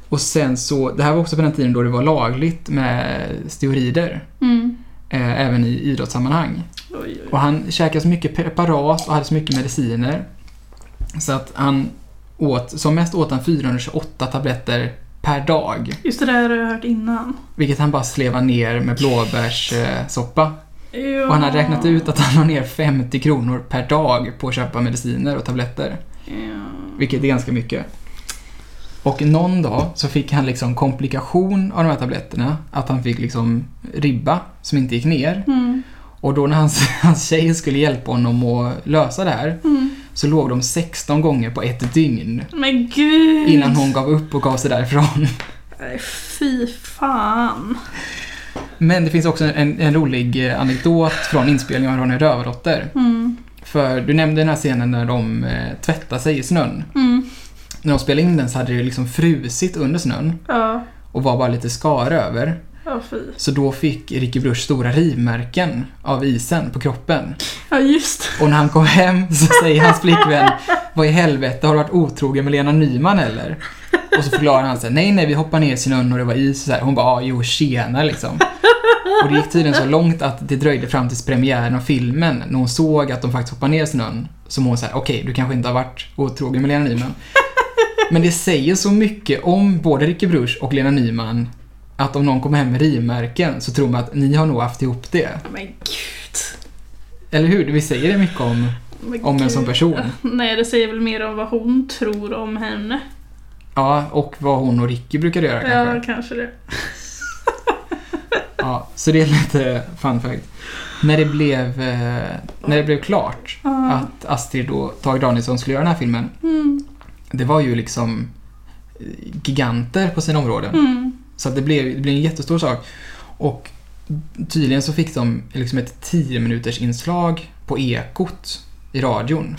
Speaker 1: Och sen så, det här var också på den tiden då det var lagligt med steroider.
Speaker 2: Mm.
Speaker 1: eh, även i idrottssammanhang.
Speaker 2: Oj, oj.
Speaker 1: Och han käkade så mycket preparat och hade så mycket mediciner så att han åt, som mest åt han 428 tabletter per dag,
Speaker 2: Just det där har jag hört innan.
Speaker 1: vilket han bara slevade ner med blåbärssoppa.
Speaker 2: Ja.
Speaker 1: Och han hade räknat ut att han la ner 50 kronor per dag på att köpa mediciner och tabletter,
Speaker 2: Ja.
Speaker 1: vilket är ganska mycket. Och någon dag så fick han liksom komplikation av de här tabletterna, att han fick liksom ribba som inte gick ner.
Speaker 2: Mm.
Speaker 1: Och då när hans, hans tjej skulle hjälpa honom att lösa det här
Speaker 2: Mm.
Speaker 1: så låg de 16 gånger på ett dygn
Speaker 2: Men gud!
Speaker 1: innan hon gav upp och gav sig därifrån.
Speaker 2: Nej, Fy fan.
Speaker 1: Men det finns också en, en rolig eh, anekdot från inspelningen av Ronja Rövardotter.
Speaker 2: Mm.
Speaker 1: För du nämnde den här scenen när de eh, tvättar sig i snön.
Speaker 2: Mm.
Speaker 1: När de spelade in den så hade det liksom frusit under snön
Speaker 2: Ja.
Speaker 1: och var bara lite skar över.
Speaker 2: Ja, fy.
Speaker 1: Så då fick Ricky Bruch stora rivmärken av isen på kroppen.
Speaker 2: Ja, just det.
Speaker 1: Och när han kom hem så säger hans flickvän Vad i helvete, har du varit otrogen med Lena Nyman eller? Och så förklarar han sig nej nej vi hoppar ner i snön och det var is och så här. Hon bara ah, jo tjena liksom. Och det gick tydligen så långt att det dröjde fram tills premiären av filmen när hon såg att de faktiskt hoppade ner i snön. Som hon säger, okej du kanske inte har varit otrogen med Lena Nyman. Men det säger så mycket om både Ricky Bruch och Lena Nyman att om någon kommer hem med rimärken så tror man att ni har nog haft ihop det.
Speaker 2: Men gud.
Speaker 1: Eller hur? Vi säger det mycket om
Speaker 2: Men
Speaker 1: Om en som
Speaker 2: gud.
Speaker 1: person.
Speaker 2: Nej, det säger väl mer om vad hon tror om henne.
Speaker 1: Ja, och vad hon och Ricky brukar göra
Speaker 2: Ja,
Speaker 1: kanske.
Speaker 2: kanske det.
Speaker 1: Ja, så det är lite fun fact. När det blev, eh, när det blev klart
Speaker 2: Ja.
Speaker 1: att Astrid och Tage Danielsson skulle göra den här filmen,
Speaker 2: Mm.
Speaker 1: det var ju liksom eh, giganter på sina områden.
Speaker 2: Mm.
Speaker 1: Så att det, blev, det blev en jättestor sak. Och tydligen så fick de liksom ett 10 minuters inslag på Ekot i radion.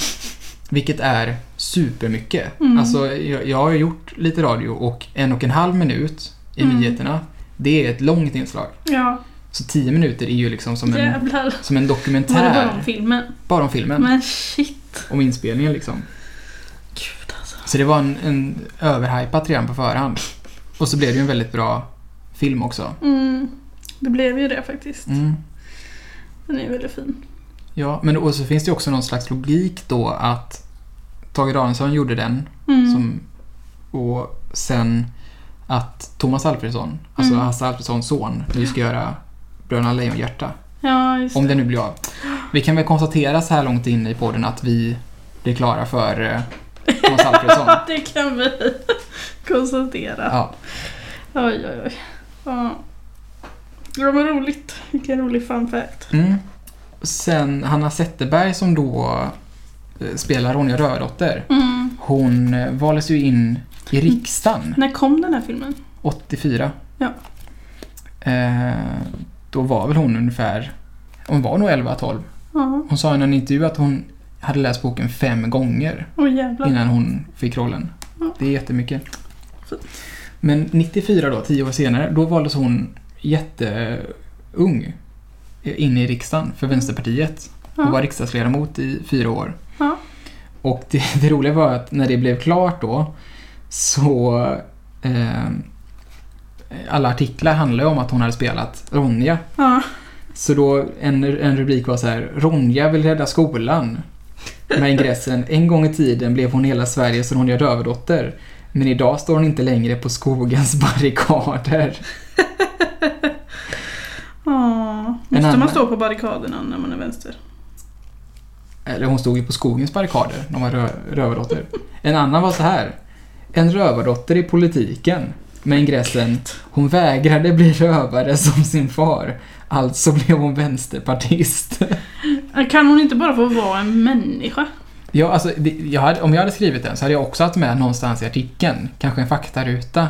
Speaker 1: Vilket är supermycket.
Speaker 2: Mm.
Speaker 1: Alltså, jag, jag har ju gjort lite radio och en och en halv minut i
Speaker 2: Mm.
Speaker 1: nyheterna, det är ett långt inslag.
Speaker 2: Ja,
Speaker 1: Så 10 minuter är ju liksom som en,
Speaker 2: jävlar.
Speaker 1: som en
Speaker 2: Var det bara
Speaker 1: dokumentär.
Speaker 2: om filmen?
Speaker 1: Bara om filmen,
Speaker 2: Men shit.
Speaker 1: om inspelningen liksom.
Speaker 2: Gud alltså.
Speaker 1: Så det var en, en överhypat redan på förhand. Och så blev det ju en väldigt bra film också.
Speaker 2: Mm. Det blev ju det faktiskt.
Speaker 1: Mm.
Speaker 2: Den är väldigt fin.
Speaker 1: Ja, men och så finns det ju också någon slags logik då att Tage Danielsson gjorde den
Speaker 2: Mm.
Speaker 1: som, och sen att Thomas Alfredsson, alltså
Speaker 2: Mm.
Speaker 1: Hasse Alfredssons son, nu ska göra Bröderna Lejonhjärta.
Speaker 2: Ja, just
Speaker 1: Om det nu blir av. Vi kan väl konstatera så här långt in i podden att vi blir klara för eh, Thomas Alfredsson.
Speaker 2: Det kan vi konstatera.
Speaker 1: Ja.
Speaker 2: Oj, oj, oj. Ja. Det var roligt. Vilken rolig fun fact.
Speaker 1: Mm. Sen Hanna Zetterberg som då eh, spelar Ronja Rödotter.
Speaker 2: Mm.
Speaker 1: Hon eh, valdes ju in i riksdagen
Speaker 2: När kom den här filmen?
Speaker 1: 84.
Speaker 2: Ja.
Speaker 1: Eh, då var väl hon ungefär, hon var nog 11-12.
Speaker 2: Ja,
Speaker 1: Hon sa i någon intervju att hon hade läst boken fem gånger
Speaker 2: åh jävlar.
Speaker 1: innan hon fick rollen.
Speaker 2: Ja.
Speaker 1: Det är jättemycket.
Speaker 2: Fint.
Speaker 1: Men 94 då, tio år senare, då valdes hon jätteung eh, in i riksdagen för Vänsterpartiet. Hon
Speaker 2: Mm. Ja.
Speaker 1: var riksdagsledamot i fyra år.
Speaker 2: Ja.
Speaker 1: Och det, det roliga var att när det blev klart då så eh, alla artiklar handlade om att hon hade spelat Ronja.
Speaker 2: Ja.
Speaker 1: Så då en, en rubrik var så här Ronja vill rädda skolan. Med ingressen En gång i tiden blev hon hela Sveriges Ronja Rövardotter. Men idag står hon inte längre på skogens barrikader.
Speaker 2: Ja.
Speaker 1: En
Speaker 2: Måste
Speaker 1: annan-
Speaker 2: man stå på barrikaderna när man är vänster?
Speaker 1: Eller hon stod ju på skogens barrikader, de var rö- rövardotter. En annan var så här. En rövardotter i politiken. Med ingressen Hon vägrade bli rövare som sin far. Alltså blev hon vänsterpartist.
Speaker 2: Kan hon inte bara få vara en människa?
Speaker 1: Ja, alltså, det, jag hade, om jag hade skrivit den så hade jag också haft med någonstans i artikeln, kanske en faktaruta,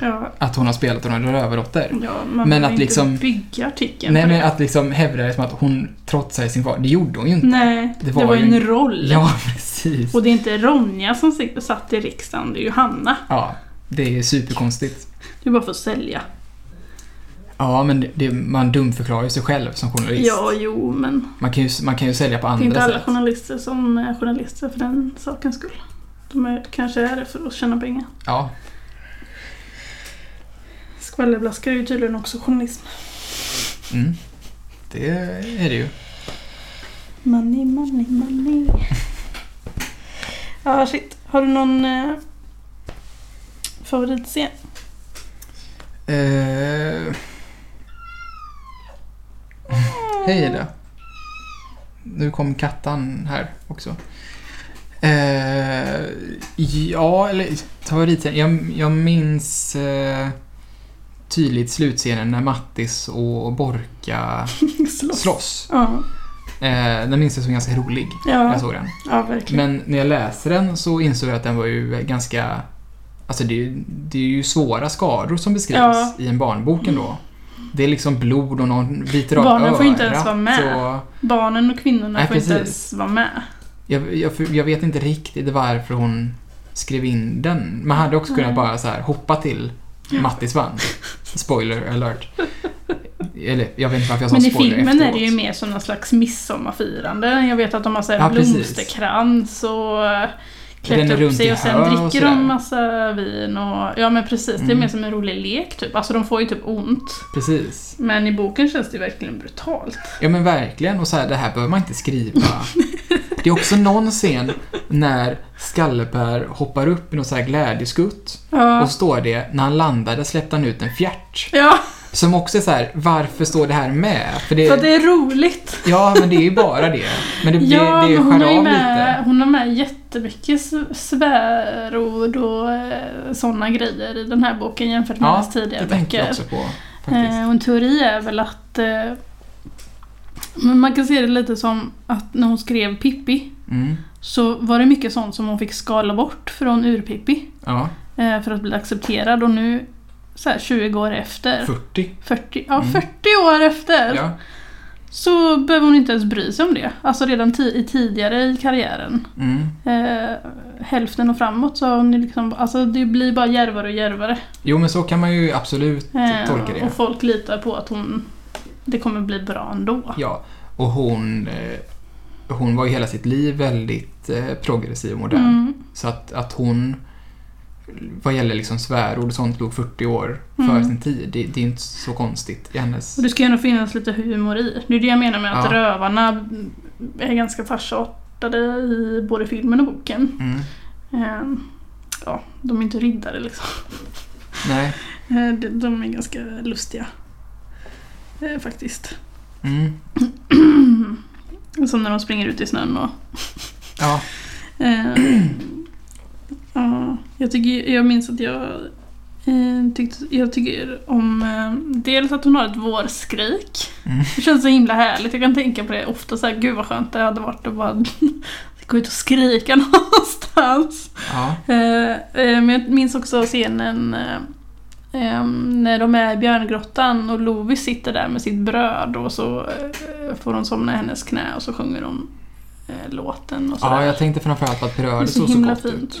Speaker 2: Ja,
Speaker 1: att hon har spelat Ronja Rövardotter.
Speaker 2: ja
Speaker 1: Men
Speaker 2: man behöver
Speaker 1: att
Speaker 2: inte
Speaker 1: liksom-
Speaker 2: bygga artikeln
Speaker 1: Nej,
Speaker 2: på
Speaker 1: men
Speaker 2: Mm, det.
Speaker 1: att liksom hävda det som att hon trotsade sin far. Det gjorde hon ju inte.
Speaker 2: Nej, det var, ju en roll.
Speaker 1: Ja, precis.
Speaker 2: Och det är inte Ronja som sit- satt i riksdagen, det är ju Hanna.
Speaker 1: Ja, det är superkonstigt.
Speaker 2: Du bara får sälja.
Speaker 1: Ja, men det- det, man dumförklarar ju sig själv som journalist.
Speaker 2: Ja, jo, men
Speaker 1: Man, kan ju, man kan ju sälja på
Speaker 2: det är inte
Speaker 1: andra
Speaker 2: alla
Speaker 1: sätt.
Speaker 2: journalister som är journalister för den sakens skull. De är, kanske är det för att tjäna pengar.
Speaker 1: Ja,
Speaker 2: Skvallerblaskar är ju tydligen också journalism.
Speaker 1: mm. det är det ju.
Speaker 2: Money, money, money. Ja, shit. Har du någon eh, favoritscen?
Speaker 1: Eh... Hej Ida. Nu kom kattan här också. Eh, ja, eller favoriten. Jag, jag minns eh, tydligt slutscenen när Mattis och Borka
Speaker 2: Slåss.
Speaker 1: slåss.
Speaker 2: Ja,
Speaker 1: Eh, den minns jag som ganska rolig. när
Speaker 2: ja,
Speaker 1: Jag såg den.
Speaker 2: ja, verkligen.
Speaker 1: Men när jag läser den så insåg jag att den var ju ganska... Alltså det är ju, det är ju svåra skador som beskrivs
Speaker 2: Ja.
Speaker 1: i en barnbok ändå. Det är liksom blod och någon biter av
Speaker 2: Barnen får inte ens vara med.
Speaker 1: och-
Speaker 2: Barnen och kvinnorna
Speaker 1: Nej,
Speaker 2: får inte
Speaker 1: precis.
Speaker 2: ens vara med.
Speaker 1: jag, jag, jag vet inte riktigt varför hon skrev in den. Man hade också kunnat
Speaker 2: Nej.
Speaker 1: bara så här hoppa till Mattis vann. Spoiler alert. Eller jag vet inte varför jag sa
Speaker 2: Men i
Speaker 1: Alltså, spoiler
Speaker 2: filmen är det
Speaker 1: efteråt.
Speaker 2: ju mer som någon slags midsommarfirande. Jag vet att de har så här
Speaker 1: Ja, precis.
Speaker 2: blomsterkrans och eh,
Speaker 1: Den
Speaker 2: klätt
Speaker 1: är
Speaker 2: upp
Speaker 1: runt i
Speaker 2: sig och
Speaker 1: hö
Speaker 2: sen
Speaker 1: och
Speaker 2: dricker
Speaker 1: sådär.
Speaker 2: de massa vin och... Ja men precis, det är
Speaker 1: Mm.
Speaker 2: mer som en rolig lek typ. Alltså de får ju typ ont.
Speaker 1: Precis.
Speaker 2: Men i boken känns det ju verkligen brutalt.
Speaker 1: Ja men verkligen, och så här, det här behöver man inte skriva. Det är också någon scen när Skallepär hoppar upp i någon så här glädjeskutt
Speaker 2: Ja.
Speaker 1: och står det, när han landade släppte han ut en fjärt.
Speaker 2: Ja,
Speaker 1: Som också är så här, varför står det här med? För det,
Speaker 2: för att det är roligt.
Speaker 1: Ja, men det är ju bara det. Men det,
Speaker 2: Ja,
Speaker 1: det, det
Speaker 2: men hon
Speaker 1: skär
Speaker 2: har ju
Speaker 1: av
Speaker 2: med,
Speaker 1: lite.
Speaker 2: hon har med jättemycket s- svärord och eh, sådana grejer i den här boken jämfört med hennes tidigare
Speaker 1: det tänker jag
Speaker 2: böcker.
Speaker 1: också på. Faktiskt.
Speaker 2: Eh, och en teori är väl att eh, men man kan se det lite som att när hon skrev Pippi
Speaker 1: Mm,
Speaker 2: så var det mycket sånt som hon fick skala bort från ur-Pippi
Speaker 1: ja,
Speaker 2: eh, för att bli accepterad och nu så här 20 år efter,
Speaker 1: 40.
Speaker 2: 40, ja,
Speaker 1: Mm.
Speaker 2: 40 år efter,
Speaker 1: Ja.
Speaker 2: så behöver hon inte ens bry sig om det. Alltså redan ti- i tidigare i karriären,
Speaker 1: Mm.
Speaker 2: eh, hälften och framåt, så har hon ju liksom, alltså det blir bara järvare och järvare.
Speaker 1: Jo, men så kan man ju absolut
Speaker 2: Eh,
Speaker 1: tolka det.
Speaker 2: och folk litar på att hon, det kommer bli bra ändå.
Speaker 1: Ja, och hon, eh, hon var ju hela sitt liv väldigt eh, progressiv och modern.
Speaker 2: Mm.
Speaker 1: Så att, att hon, vad gäller liksom svärord och sånt, låg 40 år före
Speaker 2: Mm.
Speaker 1: sin tid. Det, det är inte så konstigt i hennes...
Speaker 2: Och det ska ju ändå finnas lite humor i. Det är det jag menar med att
Speaker 1: Ja.
Speaker 2: rövarna är ganska farsartade i både filmen och boken.
Speaker 1: Mm.
Speaker 2: Eh, Ja, de är inte riddare liksom.
Speaker 1: Nej.
Speaker 2: Eh, de- De är ganska lustiga. Eh, Faktiskt.
Speaker 1: Mm.
Speaker 2: Som när de springer ut i snön och...
Speaker 1: Ja.
Speaker 2: eh, Jag, tycker, jag minns att jag, eh, tyckte, jag tycker om eh, dels att hon har ett vårskrik.
Speaker 1: Mm.
Speaker 2: Det känns så himla härligt. Jag kan tänka på det ofta så här, gud vad skönt det hade varit att bara gå ut och skrika någonstans.
Speaker 1: Ja.
Speaker 2: Eh, eh, Men jag minns också scenen eh, eh, när de är i björngrottan och Lovis sitter där med sitt bröd och så eh, får hon somna i hennes knä och så sjunger de eh, låten och sådär.
Speaker 1: ja, jag tänkte framförallt på att
Speaker 2: det är
Speaker 1: brödet
Speaker 2: så
Speaker 1: såg så
Speaker 2: himla
Speaker 1: gott
Speaker 2: fint.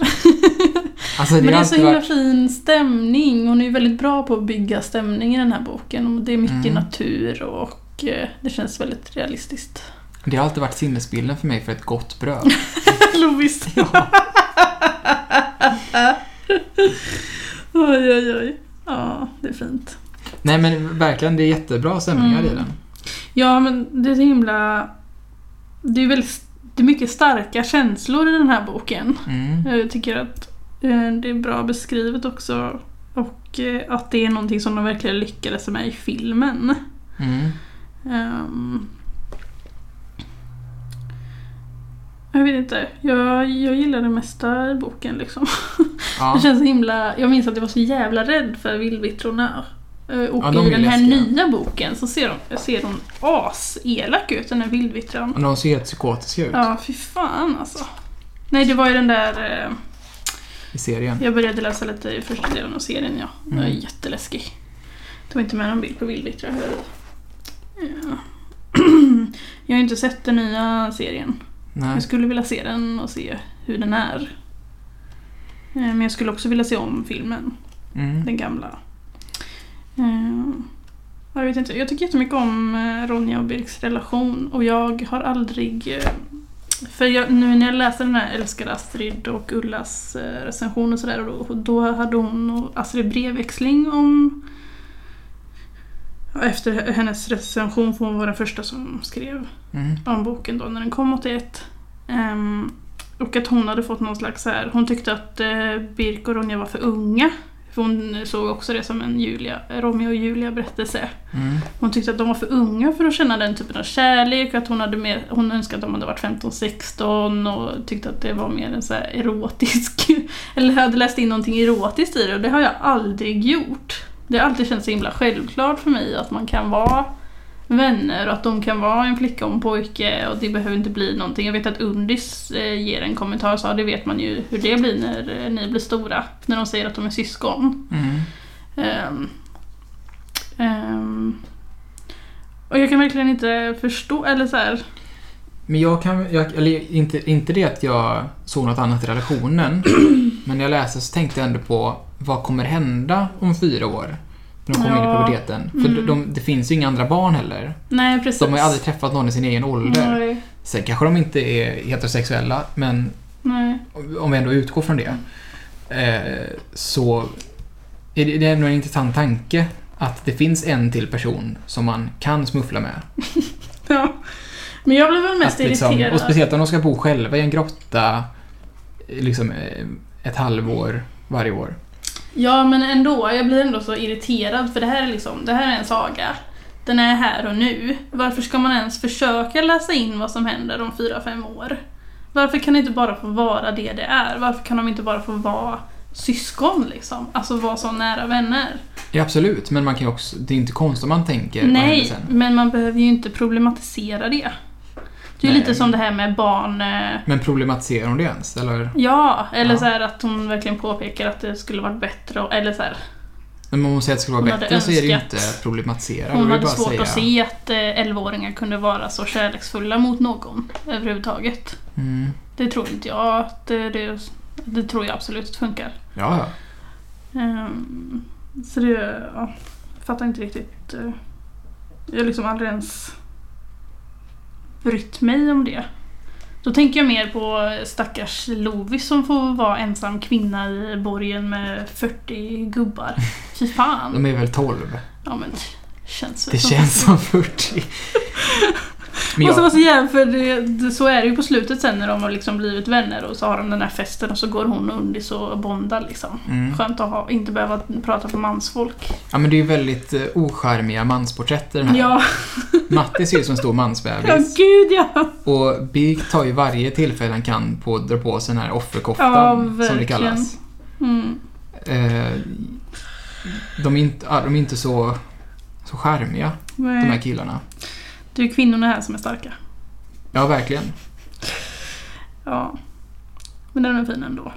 Speaker 1: ut. Alltså, det
Speaker 2: Men det
Speaker 1: har
Speaker 2: är så
Speaker 1: alltid
Speaker 2: himla
Speaker 1: varit...
Speaker 2: fin stämning. Hon är ju väldigt bra på att bygga stämning i den här boken. Och Det är mycket
Speaker 1: Mm.
Speaker 2: natur och eh, det känns väldigt realistiskt.
Speaker 1: Det har alltid varit sinnesbilden för mig för ett gott bröd.
Speaker 2: Lovis.
Speaker 1: Ja.
Speaker 2: Oj, oj, oj. Ja, det är fint.
Speaker 1: Nej men verkligen, det är jättebra stämningar i
Speaker 2: Mm.
Speaker 1: den.
Speaker 2: Ja, men det är så himla... Det är väldigt... Det är mycket starka känslor i den här boken.
Speaker 1: Mm.
Speaker 2: Jag tycker att eh, det är bra beskrivet också. Och eh, att det är någonting som de verkligen lyckades med i filmen.
Speaker 1: Mm.
Speaker 2: Ehm. jag vet inte. Jag, jag gillar det mesta i boken liksom.
Speaker 1: Ja.
Speaker 2: Det känns så himla... Jag minns att jag var så jävla rädd för vildvittrorna. Eh, Och
Speaker 1: Ja, de
Speaker 2: i
Speaker 1: är
Speaker 2: den här
Speaker 1: läskiga.
Speaker 2: nya boken så ser de, ser de aselak ut, den här vildvittran.
Speaker 1: Och de ser helt psykotiska ut
Speaker 2: Ja, fy fan alltså. Nej, det var ju den där... eh,
Speaker 1: i serien.
Speaker 2: Jag började läsa lite i första delen av serien, ja. Den var
Speaker 1: Mm.
Speaker 2: jätteläskig. Tog inte med någon bild på vildvittrar. hör du. Ja. Jag har inte sett den nya serien.
Speaker 1: Nej.
Speaker 2: Jag skulle vilja se den och se hur den är. Eh, Men jag skulle också vilja se om filmen.
Speaker 1: Mm.
Speaker 2: Den gamla. Eh, jag vet inte, jag tycker jättemycket om eh, Ronja och Birks relation och jag har aldrig... eh, För jag, nu när jag läser den här Älskade Astrid och Ullas eh, recension och sådär, och då, då hade hon och Astrid brevväxling om... ja, Efter hennes recension, för hon var den första som skrev
Speaker 1: Mm.
Speaker 2: om boken då när den kom 81. Ehm, och att hon hade fått någon slags så här, hon tyckte att eh, Birk och Ronja var för unga. För hon såg också det som en Julia, Romeo och Julia berättelse.
Speaker 1: Mm.
Speaker 2: Hon tyckte att de var för unga för att känna den typen av kärlek. Att hon, hade mer, hon önskade att de hade varit 15-16 och tyckte att det var mer en så här erotisk... Eller hade läst in någonting erotiskt i det och det har jag aldrig gjort. Det har alltid känts så himla självklart för mig att man kan vara vänner och att de kan vara en flicka och en pojke och det behöver inte bli någonting. Jag vet att Undis eh, ger en kommentar och sa det vet man ju hur det blir när eh, ni blir stora. När de säger att de är syskon.
Speaker 1: Mm.
Speaker 2: Ehm, ehm, och jag kan verkligen inte förstå, eller så här,
Speaker 1: Men jag kan, jag, eller inte, inte det att jag såg något annat i relationen, men när jag läste så tänkte jag ändå på vad kommer hända om fyra år? När de kommer in i
Speaker 2: Ja.
Speaker 1: puberteten. För
Speaker 2: Mm.
Speaker 1: de, det finns ju inga andra barn heller.
Speaker 2: nej precis.
Speaker 1: De har ju aldrig träffat någon i sin egen ålder.
Speaker 2: Nej,
Speaker 1: Sen kanske de inte är heterosexuella, men
Speaker 2: nej.
Speaker 1: om vi ändå utgår från det,
Speaker 2: Mm.
Speaker 1: eh, så är det, det är ändå en intressant tanke att det finns en till person som man kan smuffla med.
Speaker 2: Ja. Men jag blev väl mest
Speaker 1: Att liksom,
Speaker 2: irriterad.
Speaker 1: och speciellt om de ska bo själva i en grotta eh, liksom, eh, ett halvår varje år.
Speaker 2: Ja men ändå, jag blir ändå så irriterad för det här är liksom, det här är en saga. Den är här och nu. Varför ska man ens försöka läsa in vad som händer om fyra fem år? Varför kan det inte bara få vara det det är? Varför kan de inte bara få vara syskon liksom? Alltså vara så nära vänner.
Speaker 1: Ja, absolut, men man kan ju också, det är inte konstigt om man tänker vad händer
Speaker 2: Nej,
Speaker 1: sen.
Speaker 2: men man behöver ju inte problematisera det. Det är ju
Speaker 1: Nej.
Speaker 2: lite som det här med barn... eh,
Speaker 1: Men problematiserar hon det ens? Eller?
Speaker 2: Ja, eller
Speaker 1: Ja.
Speaker 2: så här att hon verkligen påpekar att det skulle varit bättre. och- Eller så här,
Speaker 1: Men om hon säger att det skulle
Speaker 2: Hon
Speaker 1: vara
Speaker 2: hade
Speaker 1: bättre så är det ju
Speaker 2: önskat-
Speaker 1: inte problematisera.
Speaker 2: hon
Speaker 1: Hon
Speaker 2: hade
Speaker 1: bara
Speaker 2: svårt
Speaker 1: säga,
Speaker 2: att se att eh, 11-åringar kunde vara så kärleksfulla mot någon överhuvudtaget.
Speaker 1: Mm,
Speaker 2: Det tror inte jag att det, det, det tror jag absolut funkar.
Speaker 1: ja, ja.
Speaker 2: Ehm, så det, ja, jag fattar inte riktigt. eh, Jag har liksom aldrig ens brytt mig om det. Då tänker jag mer på eh, stackars Lovis som får vara ensam kvinna i borgen med 40 gubbar. Fy fan.
Speaker 1: De är väl 12?
Speaker 2: Ja men det känns väl
Speaker 1: Det
Speaker 2: som-
Speaker 1: känns som 40. Men
Speaker 2: Och så
Speaker 1: jag,
Speaker 2: var så jävla, för det, det, så är det ju på slutet sen när de har liksom blivit vänner och så har de den här festen och så går hon och Undis och bondar liksom.
Speaker 1: mm.
Speaker 2: Skönt att ha, inte behöva prata för mansfolk.
Speaker 1: ja, men det är ju väldigt eh, ocharmiga mansporträtt i den här.
Speaker 2: Ja,
Speaker 1: Mattis är ju som en stor
Speaker 2: ja
Speaker 1: mansbebis.
Speaker 2: gud ja!
Speaker 1: Och Birk tar ju varje tillfälle han kan på att dra på sig den här
Speaker 2: Ja,
Speaker 1: offerkoftan, som det
Speaker 2: verkligen.
Speaker 1: kallas.
Speaker 2: Mm.
Speaker 1: Eh, de, är inte, ja, de är inte så, så charmiga, de här
Speaker 2: Nej.
Speaker 1: killarna.
Speaker 2: Det är kvinnorna här som är starka.
Speaker 1: Ja, verkligen.
Speaker 2: Ja. Men den är fin ändå.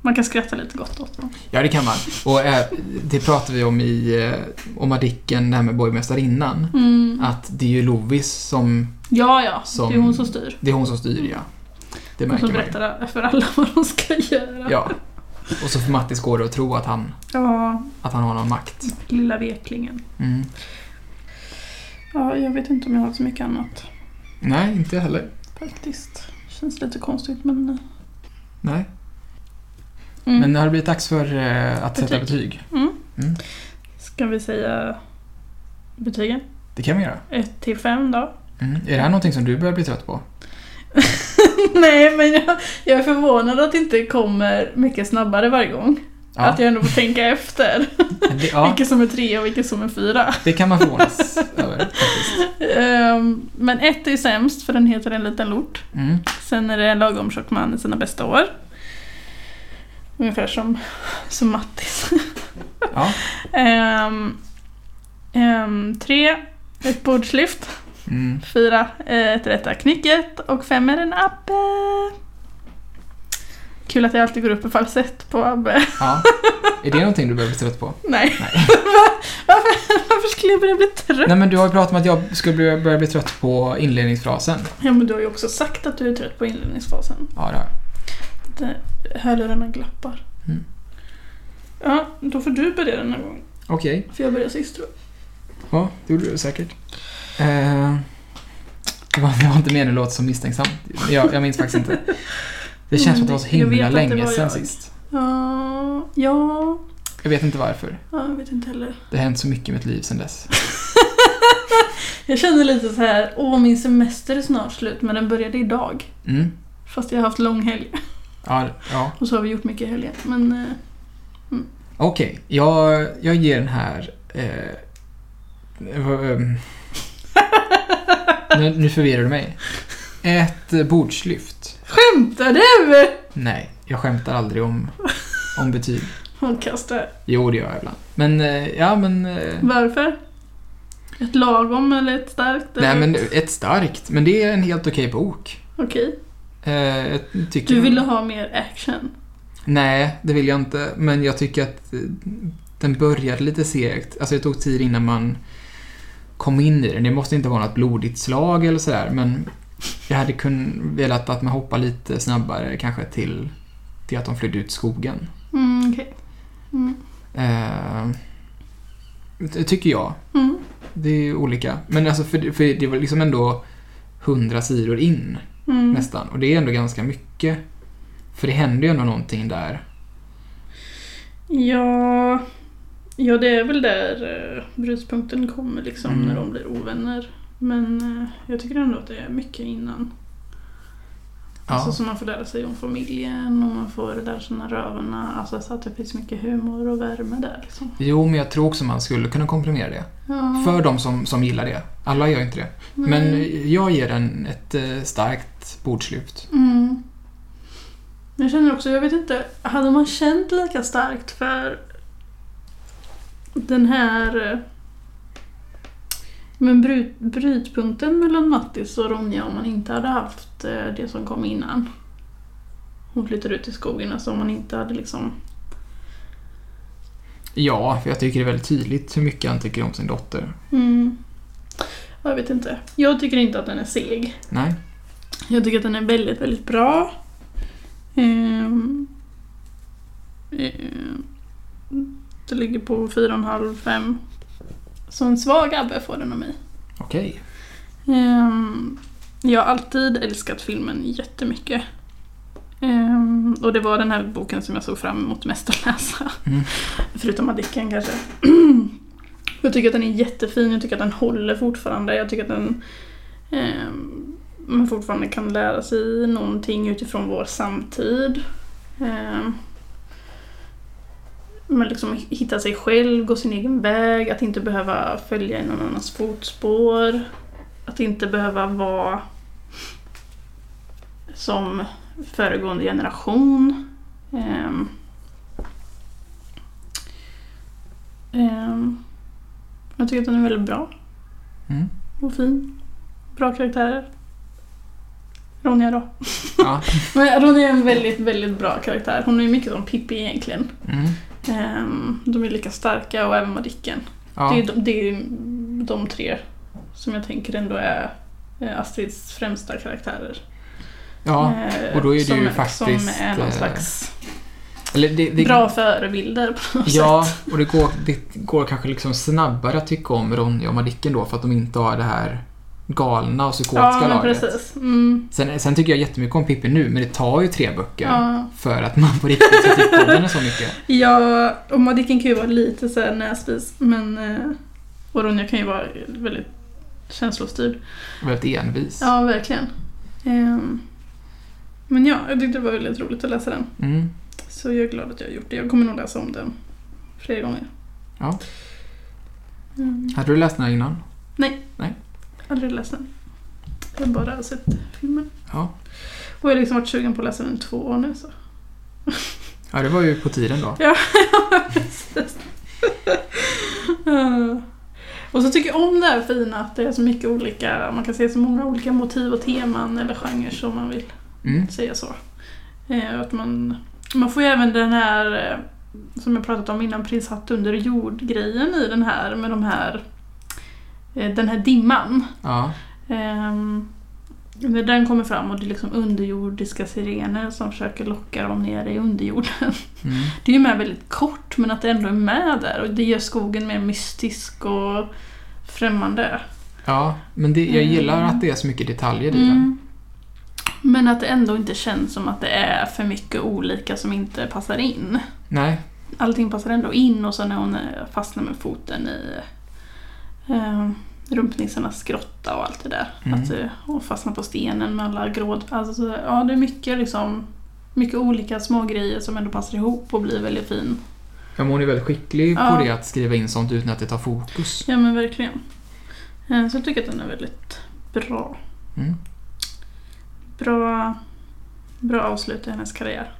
Speaker 2: Man kan skratta lite gott åt den.
Speaker 1: Ja, det kan man. Och eh, det pratade vi om i eh, om artikeln, det här med borgmästarinnan.
Speaker 2: Mm.
Speaker 1: Att det är ju Lovis som,
Speaker 2: Ja, ja.
Speaker 1: Som-
Speaker 2: Det är hon som styr.
Speaker 1: det är hon som styr, ja. Det
Speaker 2: Hon
Speaker 1: märker
Speaker 2: som
Speaker 1: man ju.
Speaker 2: berättar för alla vad de ska göra.
Speaker 1: Ja. Och så får Mattis gå det och tro att han,
Speaker 2: ja
Speaker 1: att han har någon makt.
Speaker 2: lilla veklingen.
Speaker 1: Mm.
Speaker 2: Ja, jag vet inte om jag har så mycket annat
Speaker 1: Nej, inte jag heller.
Speaker 2: faktiskt. Känns lite konstigt men... eh,
Speaker 1: Nej.
Speaker 2: Mm.
Speaker 1: Men nu har det blivit dags för eh, att sätta betyg.
Speaker 2: Ska vi säga betygen?
Speaker 1: Det kan vi göra.
Speaker 2: 1 till 5 då?
Speaker 1: Mm. Är det här någonting som du börjar bli trött på?
Speaker 2: Nej, men jag, jag är förvånad att det inte kommer mycket snabbare varje gång.
Speaker 1: Ja.
Speaker 2: Att jag ändå får tänka efter.
Speaker 1: Det, ja,
Speaker 2: Vilket som är tre och vilket som är fyra.
Speaker 1: det kan man förvånas över faktiskt.
Speaker 2: Ehm, men ett är sämst för den heter En liten lort.
Speaker 1: Mm.
Speaker 2: Sen är det en lagom tjock man i sina bästa år. Ungefär som, som Mattis.
Speaker 1: Ja.
Speaker 2: Ehm, ehm, tre, ett bordslyft.
Speaker 1: Mm.
Speaker 2: Fyra, eh, ett rätta knycket. Och fem är en abbe. Kul att jag alltid går upp i falsett på abbe.
Speaker 1: ja. Är det någonting du börjar bli trött på?
Speaker 2: Nej. Va- varför, varför skulle jag börja bli trött?
Speaker 1: Nej men du har ju pratat om att jag skulle bli- börja bli trött på inledningsfrasen.
Speaker 2: Ja men du har ju också sagt att du är trött på inledningsfasen.
Speaker 1: Ja, det har jag.
Speaker 2: Där Hörlurarna glappar.
Speaker 1: Mm.
Speaker 2: Ja, då får du börja den här gången.
Speaker 1: Okej.
Speaker 2: För jag börjar sist tror jag.
Speaker 1: Ja, det gjorde du säkert. Eh, det var, det var inte meningen att låta så misstänksam. Jag, jag minns faktiskt inte. Det känns som att det var så
Speaker 2: Jag vet
Speaker 1: himla
Speaker 2: att det
Speaker 1: länge
Speaker 2: var
Speaker 1: sedan
Speaker 2: jag.
Speaker 1: sist.
Speaker 2: Ja, ja,
Speaker 1: Jag vet inte varför.
Speaker 2: ja, jag vet inte heller.
Speaker 1: Det har hänt så mycket i mitt liv sedan dess.
Speaker 2: Jag känner lite så här, åh min semester är snart slut men den började idag.
Speaker 1: Mm.
Speaker 2: Fast jag har haft lång helg.
Speaker 1: Ja, ja.
Speaker 2: Och så har vi gjort mycket i helgen. Men eh,
Speaker 1: Okej, jag, jag ger den här... Eh, vad- ehm. nu, nu förvirrar du mig. Ett bordslyft.
Speaker 2: skämtar du?
Speaker 1: Nej, jag skämtar aldrig om, om betyg.
Speaker 2: Hon kastar.
Speaker 1: Jo, det gör jag ibland. Men, eh, ja men... eh,
Speaker 2: Varför? Ett lagom eller ett starkt?
Speaker 1: Nej
Speaker 2: eller
Speaker 1: men
Speaker 2: ett-
Speaker 1: ett starkt, men det är en helt okej bok.
Speaker 2: Okej.
Speaker 1: Eh, jag tycker...
Speaker 2: Du ville ha mer action.
Speaker 1: Nej, det vill jag inte. Men jag tycker att eh, den började lite segt. Alltså det tog tid innan man kom in i den. Det måste inte vara något blodigt slag eller sådär, men jag hade kun velat att man hoppar lite snabbare kanske till, till att de flydde ut skogen.
Speaker 2: Mm, okej. Mm.
Speaker 1: Eh, det tycker jag.
Speaker 2: Mm.
Speaker 1: Det är ju olika. Men alltså, för, för det var liksom ändå hundra sidor in.
Speaker 2: Mm.
Speaker 1: nästan. Och det är ändå ganska mycket. För det händer ju ändå någonting där.
Speaker 2: Ja, ja, det är väl där eh, brytpunkten kommer liksom
Speaker 1: Mm.
Speaker 2: när de blir ovänner. Men eh, jag tycker ändå att det är mycket innan.
Speaker 1: Ja.
Speaker 2: Alltså som man får lära sig om familjen och man får lära känna rövarna. Alltså så att det finns mycket humor och värme där liksom.
Speaker 1: Jo, men jag tror också man skulle kunna komprimera det.
Speaker 2: Ja.
Speaker 1: För de som, som gillar det. Alla gör inte det. Men jag ger den ett eh, starkt bordslyft.
Speaker 2: Mm. Jag känner också, jag vet inte, hade man känt lika starkt för den här eh, men bryt, brytpunkten mellan Mattis och Ronja om man inte hade haft eh, det som kom innan. Hon flyttar ut i skogen, alltså om man inte hade liksom...
Speaker 1: Ja, för jag tycker det är väldigt tydligt hur mycket han tycker om sin dotter.
Speaker 2: Mm. Ja, Jag vet inte. Jag tycker inte att den är seg.
Speaker 1: Nej.
Speaker 2: Jag tycker att den är väldigt, väldigt bra. Ehm, ehm, det ligger på 4,5-5. Så en svag Abbe får den av mig.
Speaker 1: Okej.
Speaker 2: Ehm, jag har alltid älskat filmen jättemycket. Ehm, och det var den här boken som jag såg fram emot mest att läsa.
Speaker 1: Mm.
Speaker 2: Förutom Adicken kanske. jag tycker att den är jättefin, jag tycker att den håller fortfarande. Jag tycker att den ehm, man fortfarande kan lära sig någonting utifrån vår samtid. Ehm, men liksom hitta sig själv, gå sin egen väg, att inte behöva följa i någon annans fotspår. Att inte behöva vara som föregående generation. Ehm, Ehm, jag tycker att den är väldigt bra
Speaker 1: Mm.
Speaker 2: och fin. Bra karaktärer. Ronja då.
Speaker 1: Ja.
Speaker 2: Men Ronja är en väldigt, väldigt bra karaktär. Hon är ju mycket som Pippi egentligen.
Speaker 1: Mm.
Speaker 2: Ehm, de är lika starka och även Madicken. Det, är
Speaker 1: Ja.
Speaker 2: de, det är de tre som jag tänker ändå är eh, Astrids främsta karaktärer.
Speaker 1: ja.
Speaker 2: Eh,
Speaker 1: och då är det
Speaker 2: som,
Speaker 1: ju
Speaker 2: Som
Speaker 1: faktiskt,
Speaker 2: är någon
Speaker 1: eh,
Speaker 2: slags
Speaker 1: Eller det, det,
Speaker 2: bra förebilder på något
Speaker 1: Ja,
Speaker 2: sätt.
Speaker 1: och det går, det går kanske liksom snabbare att tycka om Ronja och Madicken då för att de inte har det här galna och psykotiska
Speaker 2: Ja, men
Speaker 1: laget.
Speaker 2: precis. Mm.
Speaker 1: Sen, sen tycker jag jättemycket om Pippi nu, men det tar ju tre böcker
Speaker 2: Ja.
Speaker 1: för att man på riktigt ska tycka om henne så mycket.
Speaker 2: Ja, och Madicken kan ju vara lite så här näsvis, men... eh, Och Ronja kan ju vara väldigt känslostyrd.
Speaker 1: Väldigt envis.
Speaker 2: Ja, verkligen. Ehm, Men ja, jag tyckte det var väldigt roligt att läsa den.
Speaker 1: Mm.
Speaker 2: Så jag är glad att jag har gjort det. Jag kommer nog läsa om den flera gånger.
Speaker 1: Ja.
Speaker 2: Mm.
Speaker 1: Hade du läst den här innan?
Speaker 2: Aldrig läst den. Jag har bara sett filmen.
Speaker 1: Ja.
Speaker 2: Och jag har liksom varit sugen på att läsa den i två år nu så.
Speaker 1: Ja, det var ju på tiden då.
Speaker 2: Eh, och så tycker jag om det här fina att det är så mycket olika, man kan se så många olika motiv och teman eller genrer som man vill
Speaker 1: Mm.
Speaker 2: säga så. Eh, och att man, man får ju även den här, eh, som jag pratat om innan, Prins Hatt under jord-grejen i den här med de här, eh, den här dimman.
Speaker 1: Ja.
Speaker 2: Ehm, när den kommer fram och det är liksom underjordiska sirener som försöker locka dem ner i underjorden.
Speaker 1: Mm.
Speaker 2: Det är ju med väldigt kort men att det ändå är med där och det gör skogen mer mystisk och främmande.
Speaker 1: Ja, men det, jag gillar att det är så mycket detaljer i
Speaker 2: Mm.
Speaker 1: den.
Speaker 2: Men att det ändå inte känns som att det är för mycket olika som inte passar in.
Speaker 1: Nej.
Speaker 2: Allting passar ändå in och så när hon eh, fastnar med foten i eh, rumpnissarnas grotta och allt det där.
Speaker 1: Mm.
Speaker 2: Att eh, hon fastnar på stenen med alla gråd. Alltså, så- ja, det är mycket liksom mycket olika små grejer som ändå passar ihop och blir väldigt fin.
Speaker 1: Ja, men hon är väldigt skicklig
Speaker 2: Ja.
Speaker 1: på det, att skriva in sånt utan att det tar fokus.
Speaker 2: Ja men verkligen. Eh, Så jag tycker att den är väldigt bra.
Speaker 1: Mm.
Speaker 2: Bra, bra avslut i hennes karriär.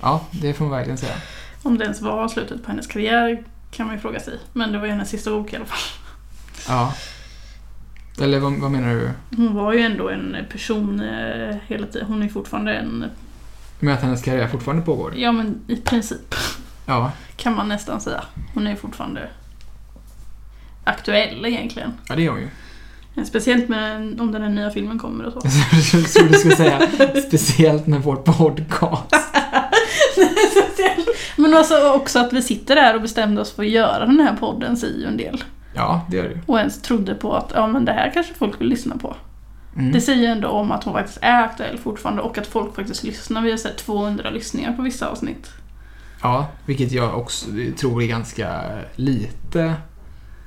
Speaker 1: Ja, det får man verkligen säga.
Speaker 2: Om det ens var slutet på hennes karriär kan man ju fråga sig. Men det var ju hennes sista bok i alla fall.
Speaker 1: Ja. Eller vad, vad menar du?
Speaker 2: Hon var ju ändå en person eh, hela tiden. Hon är fortfarande en...
Speaker 1: Med att hennes karriär fortfarande pågår?
Speaker 2: Ja men i princip
Speaker 1: Ja.
Speaker 2: kan man nästan säga. Hon är ju fortfarande aktuell egentligen.
Speaker 1: Ja, det gör hon ju.
Speaker 2: Eh, Speciellt med, om den här nya filmen kommer och så.
Speaker 1: Jag trodde du skulle säga speciellt med vår podcast.
Speaker 2: Men alltså också att vi sitter där och bestämde oss för att göra den här podden säger ju en del.
Speaker 1: Ja, det gör du.
Speaker 2: Och ens trodde på att ja, men det här kanske folk vill lyssna på.
Speaker 1: Mm.
Speaker 2: Det säger ju ändå om att hon faktiskt är aktuell fortfarande och att folk faktiskt lyssnar. Vi har sett 200 lyssningar på vissa avsnitt.
Speaker 1: Ja, vilket jag också tror är ganska lite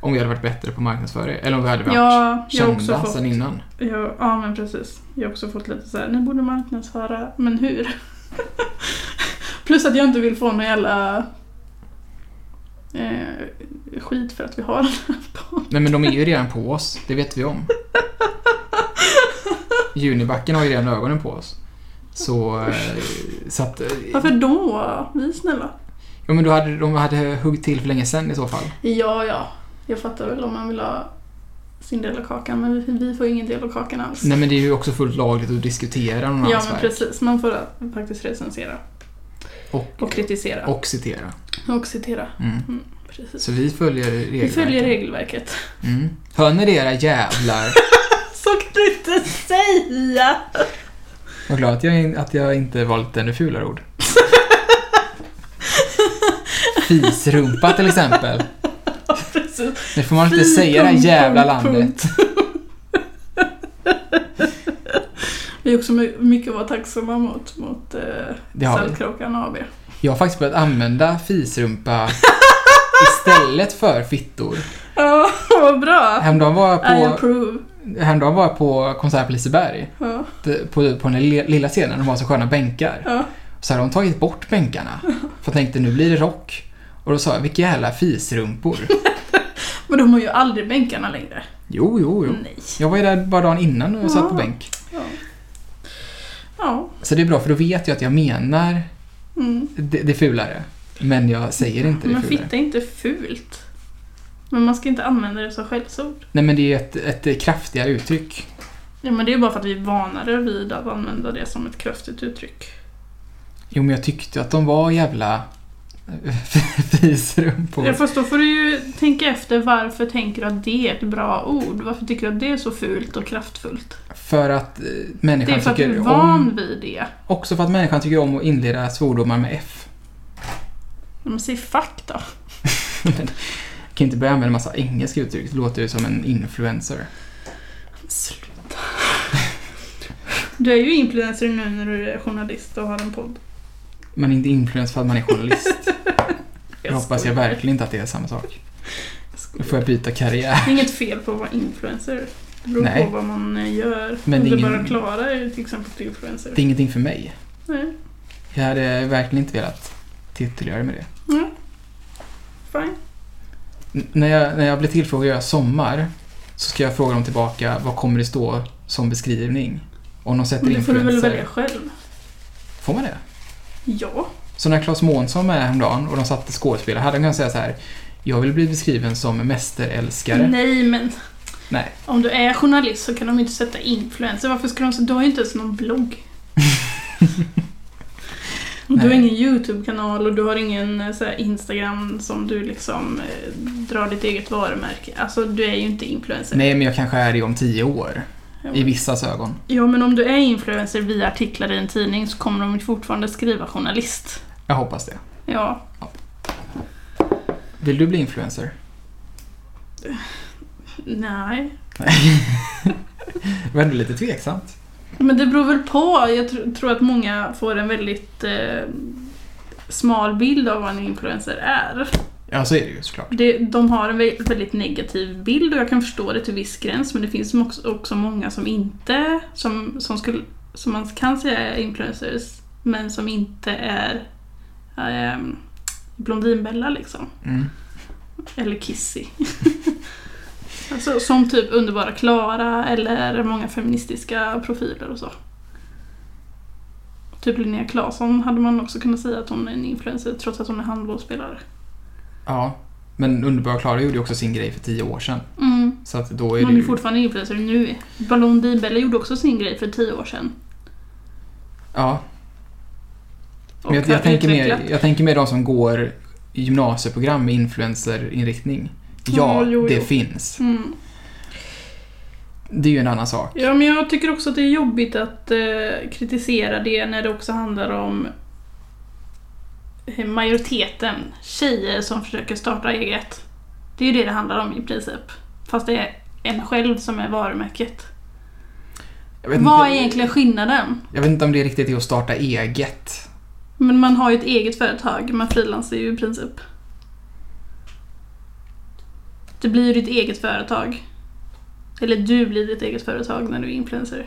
Speaker 1: om vi hade varit bättre på marknadsföring. Eller om vi hade varit
Speaker 2: Ja, jag har också
Speaker 1: kända
Speaker 2: fått,
Speaker 1: sen innan.
Speaker 2: jag, ja, men precis. jag har också fått lite så här, ni borde marknadsföra, men hur? Plus att jag inte vill få någon jävla eh, skit för att vi har den här podden.
Speaker 1: Nej, men de är ju redan på oss. Det vet vi om. Junibacken har ju redan ögonen på oss. Så, eh, så att... eh,
Speaker 2: Varför då? Vi är snälla.
Speaker 1: Ja, men då hade, de hade huggit till för länge sedan i så fall.
Speaker 2: Ja, ja. Jag fattar väl om man vill ha sin del av kakan, men vi, vi får ingen del av kakan alls.
Speaker 1: Nej, men det är ju också fullt lagligt att diskutera någon
Speaker 2: ja,
Speaker 1: annans
Speaker 2: men
Speaker 1: verk.
Speaker 2: precis. Man får faktiskt recensera
Speaker 1: Och,
Speaker 2: och kritisera och,
Speaker 1: och citera.
Speaker 2: citera.
Speaker 1: Mm.
Speaker 2: Mm, precis.
Speaker 1: Så vi följer reglerna.
Speaker 2: Vi följer regelverket.
Speaker 1: Mm. Hör ni det era jävlar?
Speaker 2: Så kan du inte säga!
Speaker 1: Vad glad att jag, att jag inte valt ännu fulare ord. Fisrumpa till exempel.
Speaker 2: Precis.
Speaker 1: Det får man inte
Speaker 2: Fy,
Speaker 1: säga i det här
Speaker 2: punkt,
Speaker 1: jävla
Speaker 2: punkt,
Speaker 1: landet.
Speaker 2: Vi är också my- mycket att vara tacksamma mot, mot eh,
Speaker 1: Det har vi.
Speaker 2: Saltkråkan AB.
Speaker 1: Jag har faktiskt börjat använda fisrumpa istället för fittor.
Speaker 2: Ja, vad bra!
Speaker 1: Häromdagen var jag
Speaker 2: I
Speaker 1: på,
Speaker 2: approve.
Speaker 1: häromdagen var jag på konsert på Liseberg.
Speaker 2: Ja,
Speaker 1: På, på den li- lilla scenen, de har så sköna bänkar.
Speaker 2: ja.
Speaker 1: Så hade de tagit bort bänkarna. För jag tänkte, nu blir det rock. Och då sa jag, vilka jävla fisrumpor.
Speaker 2: Men de har ju aldrig bänkarna längre.
Speaker 1: Jo, jo, jo.
Speaker 2: Nej.
Speaker 1: Jag var ju där bara dagen innan och satt på
Speaker 2: Ja.
Speaker 1: bänk.
Speaker 2: Ja. ja.
Speaker 1: Så det är bra för då vet jag att jag menar
Speaker 2: Mm.
Speaker 1: det, det fulare. Men jag säger inte det
Speaker 2: Men
Speaker 1: fulare.
Speaker 2: fitta är inte fult. Men man ska inte använda det som skällsord.
Speaker 1: Nej men det är ett, ett kraftigare uttryck.
Speaker 2: Ja, men det är bara för att vi är vanare vid att använda det som ett kraftigt uttryck.
Speaker 1: Jo men jag tyckte att de var jävla eh,
Speaker 2: Ja,
Speaker 1: fisrumpor.
Speaker 2: fast då får du ju tänka efter varför tänker du att det är ett bra ord? Varför tycker du att det är så fult och kraftfullt?
Speaker 1: För att eh,
Speaker 2: Det är
Speaker 1: människan
Speaker 2: för att du är
Speaker 1: tycker
Speaker 2: van
Speaker 1: om...
Speaker 2: vid det.
Speaker 1: Också för att människan tycker om att inleda svordomar med F.
Speaker 2: Men säg fuck då.
Speaker 1: Men, jag kan inte börja använda massa engelska uttryck, det låter ju som en influencer.
Speaker 2: Sluta. Du är ju influencer nu när du är journalist och har en podd.
Speaker 1: Man är inte influencer för att man är journalist. Jag hoppas jag
Speaker 2: skojar.
Speaker 1: verkligen inte att det är samma sak.
Speaker 2: Jag
Speaker 1: Då
Speaker 2: skojar.
Speaker 1: får jag byta karriär.
Speaker 2: Det är inget fel på att vara influencer. Det beror
Speaker 1: Nej.
Speaker 2: på vad man eh, gör.
Speaker 1: Men
Speaker 2: Men
Speaker 1: det är
Speaker 2: Om du
Speaker 1: ingen-
Speaker 2: bara Klara är till exempel till influencer.
Speaker 1: Det är ingenting för mig.
Speaker 2: Nej.
Speaker 1: Jag hade verkligen inte velat titulerar med det.
Speaker 2: Ja. Fine.
Speaker 1: N- när, jag, när jag blir tillfrågad att göra sommar så ska jag fråga dem tillbaka vad kommer det stå som beskrivning? Om de sätter
Speaker 2: Men det får du väl
Speaker 1: influencer.
Speaker 2: välja själv.
Speaker 1: Får man det?
Speaker 2: Ja.
Speaker 1: Så när Claes Månsson var med häromdagen och de satte skådespelare hade de kunnat säga så här. Jag vill bli beskriven som mästerälskare.
Speaker 2: Nej men
Speaker 1: Nej.
Speaker 2: om du är journalist så kan de inte sätta influencer. Varför ska de sätta... Du har ju inte ens någon blogg. Och Du har
Speaker 1: Nej.
Speaker 2: ingen YouTube-kanal och du har ingen eh, så här, Instagram som du liksom eh, drar ditt eget varumärke. Alltså du är ju inte influencer.
Speaker 1: Nej, men jag kanske är det om tio år.
Speaker 2: Ja.
Speaker 1: I vissas ögon.
Speaker 2: Ja, men om du är influencer via artiklar i en tidning så kommer de ju fortfarande skriva journalist.
Speaker 1: Jag hoppas det.
Speaker 2: Ja,
Speaker 1: Vill du bli influencer?
Speaker 2: nej.
Speaker 1: Det var ändå lite tveksamt.
Speaker 2: Men det beror väl på. Jag tr- tror att många får en väldigt eh, smal bild av vad en influencer är.
Speaker 1: Ja, så är det ju såklart.
Speaker 2: Det, de har en vä- väldigt negativ bild och jag kan förstå det till viss gräns men det finns som också, också många som inte, som, som, skulle, som man kan säga är influencers men som inte är ehm, Blondinbella liksom.
Speaker 1: Mm.
Speaker 2: Eller Kissy. alltså, som typ Underbara Klara eller många feministiska profiler och så. Typ Linnea Claesson hade man också kunnat säga att hon är en influencer trots att hon är handbollsspelare.
Speaker 1: Ja. Men Underbara Klara gjorde ju också sin grej för tio år sedan.
Speaker 2: Mm.
Speaker 1: Så att då är det
Speaker 2: Hon är
Speaker 1: ju...
Speaker 2: fortfarande influencer nu. Ballon Bella gjorde också sin grej för tio år sedan.
Speaker 1: Ja,
Speaker 2: Och
Speaker 1: Men jag,
Speaker 2: har
Speaker 1: jag, tänker
Speaker 2: utvecklat-
Speaker 1: mer, jag tänker mer de som går gymnasieprogram med influencerinriktning. Ja,
Speaker 2: Ja, jo,
Speaker 1: det
Speaker 2: jo.
Speaker 1: finns.
Speaker 2: Mm.
Speaker 1: Det är ju en annan sak.
Speaker 2: Ja, men jag tycker också att det är jobbigt att eh, kritisera det när det också handlar om eh, majoriteten, tjejer som försöker starta eget. Det är ju det det handlar om i princip. Fast det är en själv som är varumärket.
Speaker 1: Jag vet,
Speaker 2: Vad är
Speaker 1: inte,
Speaker 2: egentligen skillnaden?
Speaker 1: jag vet inte om det riktigt är att starta eget.
Speaker 2: Men man har ju ett eget företag, man frilansar ju i princip. Det blir ju ditt eget företag. Eller du blir ditt eget företag när du är influencer.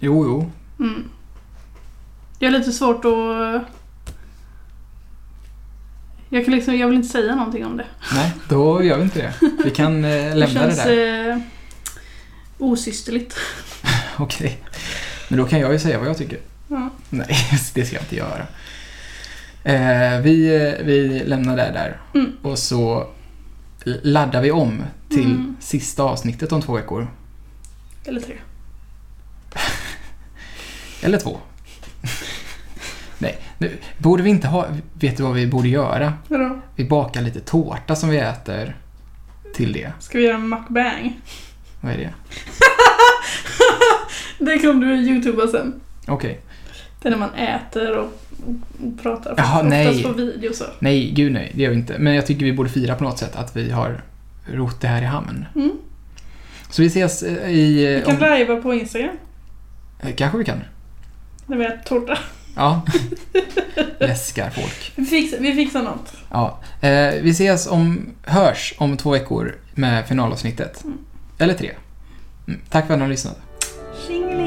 Speaker 1: Jo, jo.
Speaker 2: Mm. Jag har lite svårt att... Jag, kan liksom, jag vill inte säga någonting om det.
Speaker 1: Nej, då gör vi inte det. Vi kan eh, lämna det,
Speaker 2: det känns
Speaker 1: där.
Speaker 2: Eh, osysterligt. eh,
Speaker 1: Okej. Men då kan jag ju säga vad jag tycker.
Speaker 2: Ja.
Speaker 1: Nej, det ska jag inte göra. Eh, vi, eh, vi lämnar det där
Speaker 2: Mm.
Speaker 1: och så laddar vi om till
Speaker 2: Mm.
Speaker 1: sista avsnittet om två veckor.
Speaker 2: Eller tre.
Speaker 1: Eller två. Nej, nu borde vi inte ha... Vet du vad vi borde göra?
Speaker 2: Vadå?
Speaker 1: Vi bakar lite tårta som vi äter till det.
Speaker 2: Ska vi göra en mukbang?
Speaker 1: Vad är det?
Speaker 2: Det kommer du youtuba sen.
Speaker 1: Okej.
Speaker 2: Det är när man äter och, och pratar.
Speaker 1: Jaha,
Speaker 2: Oftast
Speaker 1: nej.
Speaker 2: på video så.
Speaker 1: Nej, gud nej, det gör vi inte. Men jag tycker vi borde fira på något sätt att vi har rott det här i hamn.
Speaker 2: Mm.
Speaker 1: Så vi ses eh, i...
Speaker 2: Vi kan
Speaker 1: om-
Speaker 2: lajva på Instagram
Speaker 1: eh, kanske vi kan.
Speaker 2: när vi äter tårta.
Speaker 1: Ja. Läskar folk.
Speaker 2: Vi fixar, vi fixar något.
Speaker 1: Ja. Eh, vi ses om... Hörs om två veckor med finalavsnittet. Eller tre. Mm. Tack för att ni har lyssnat.
Speaker 2: Tjingeling!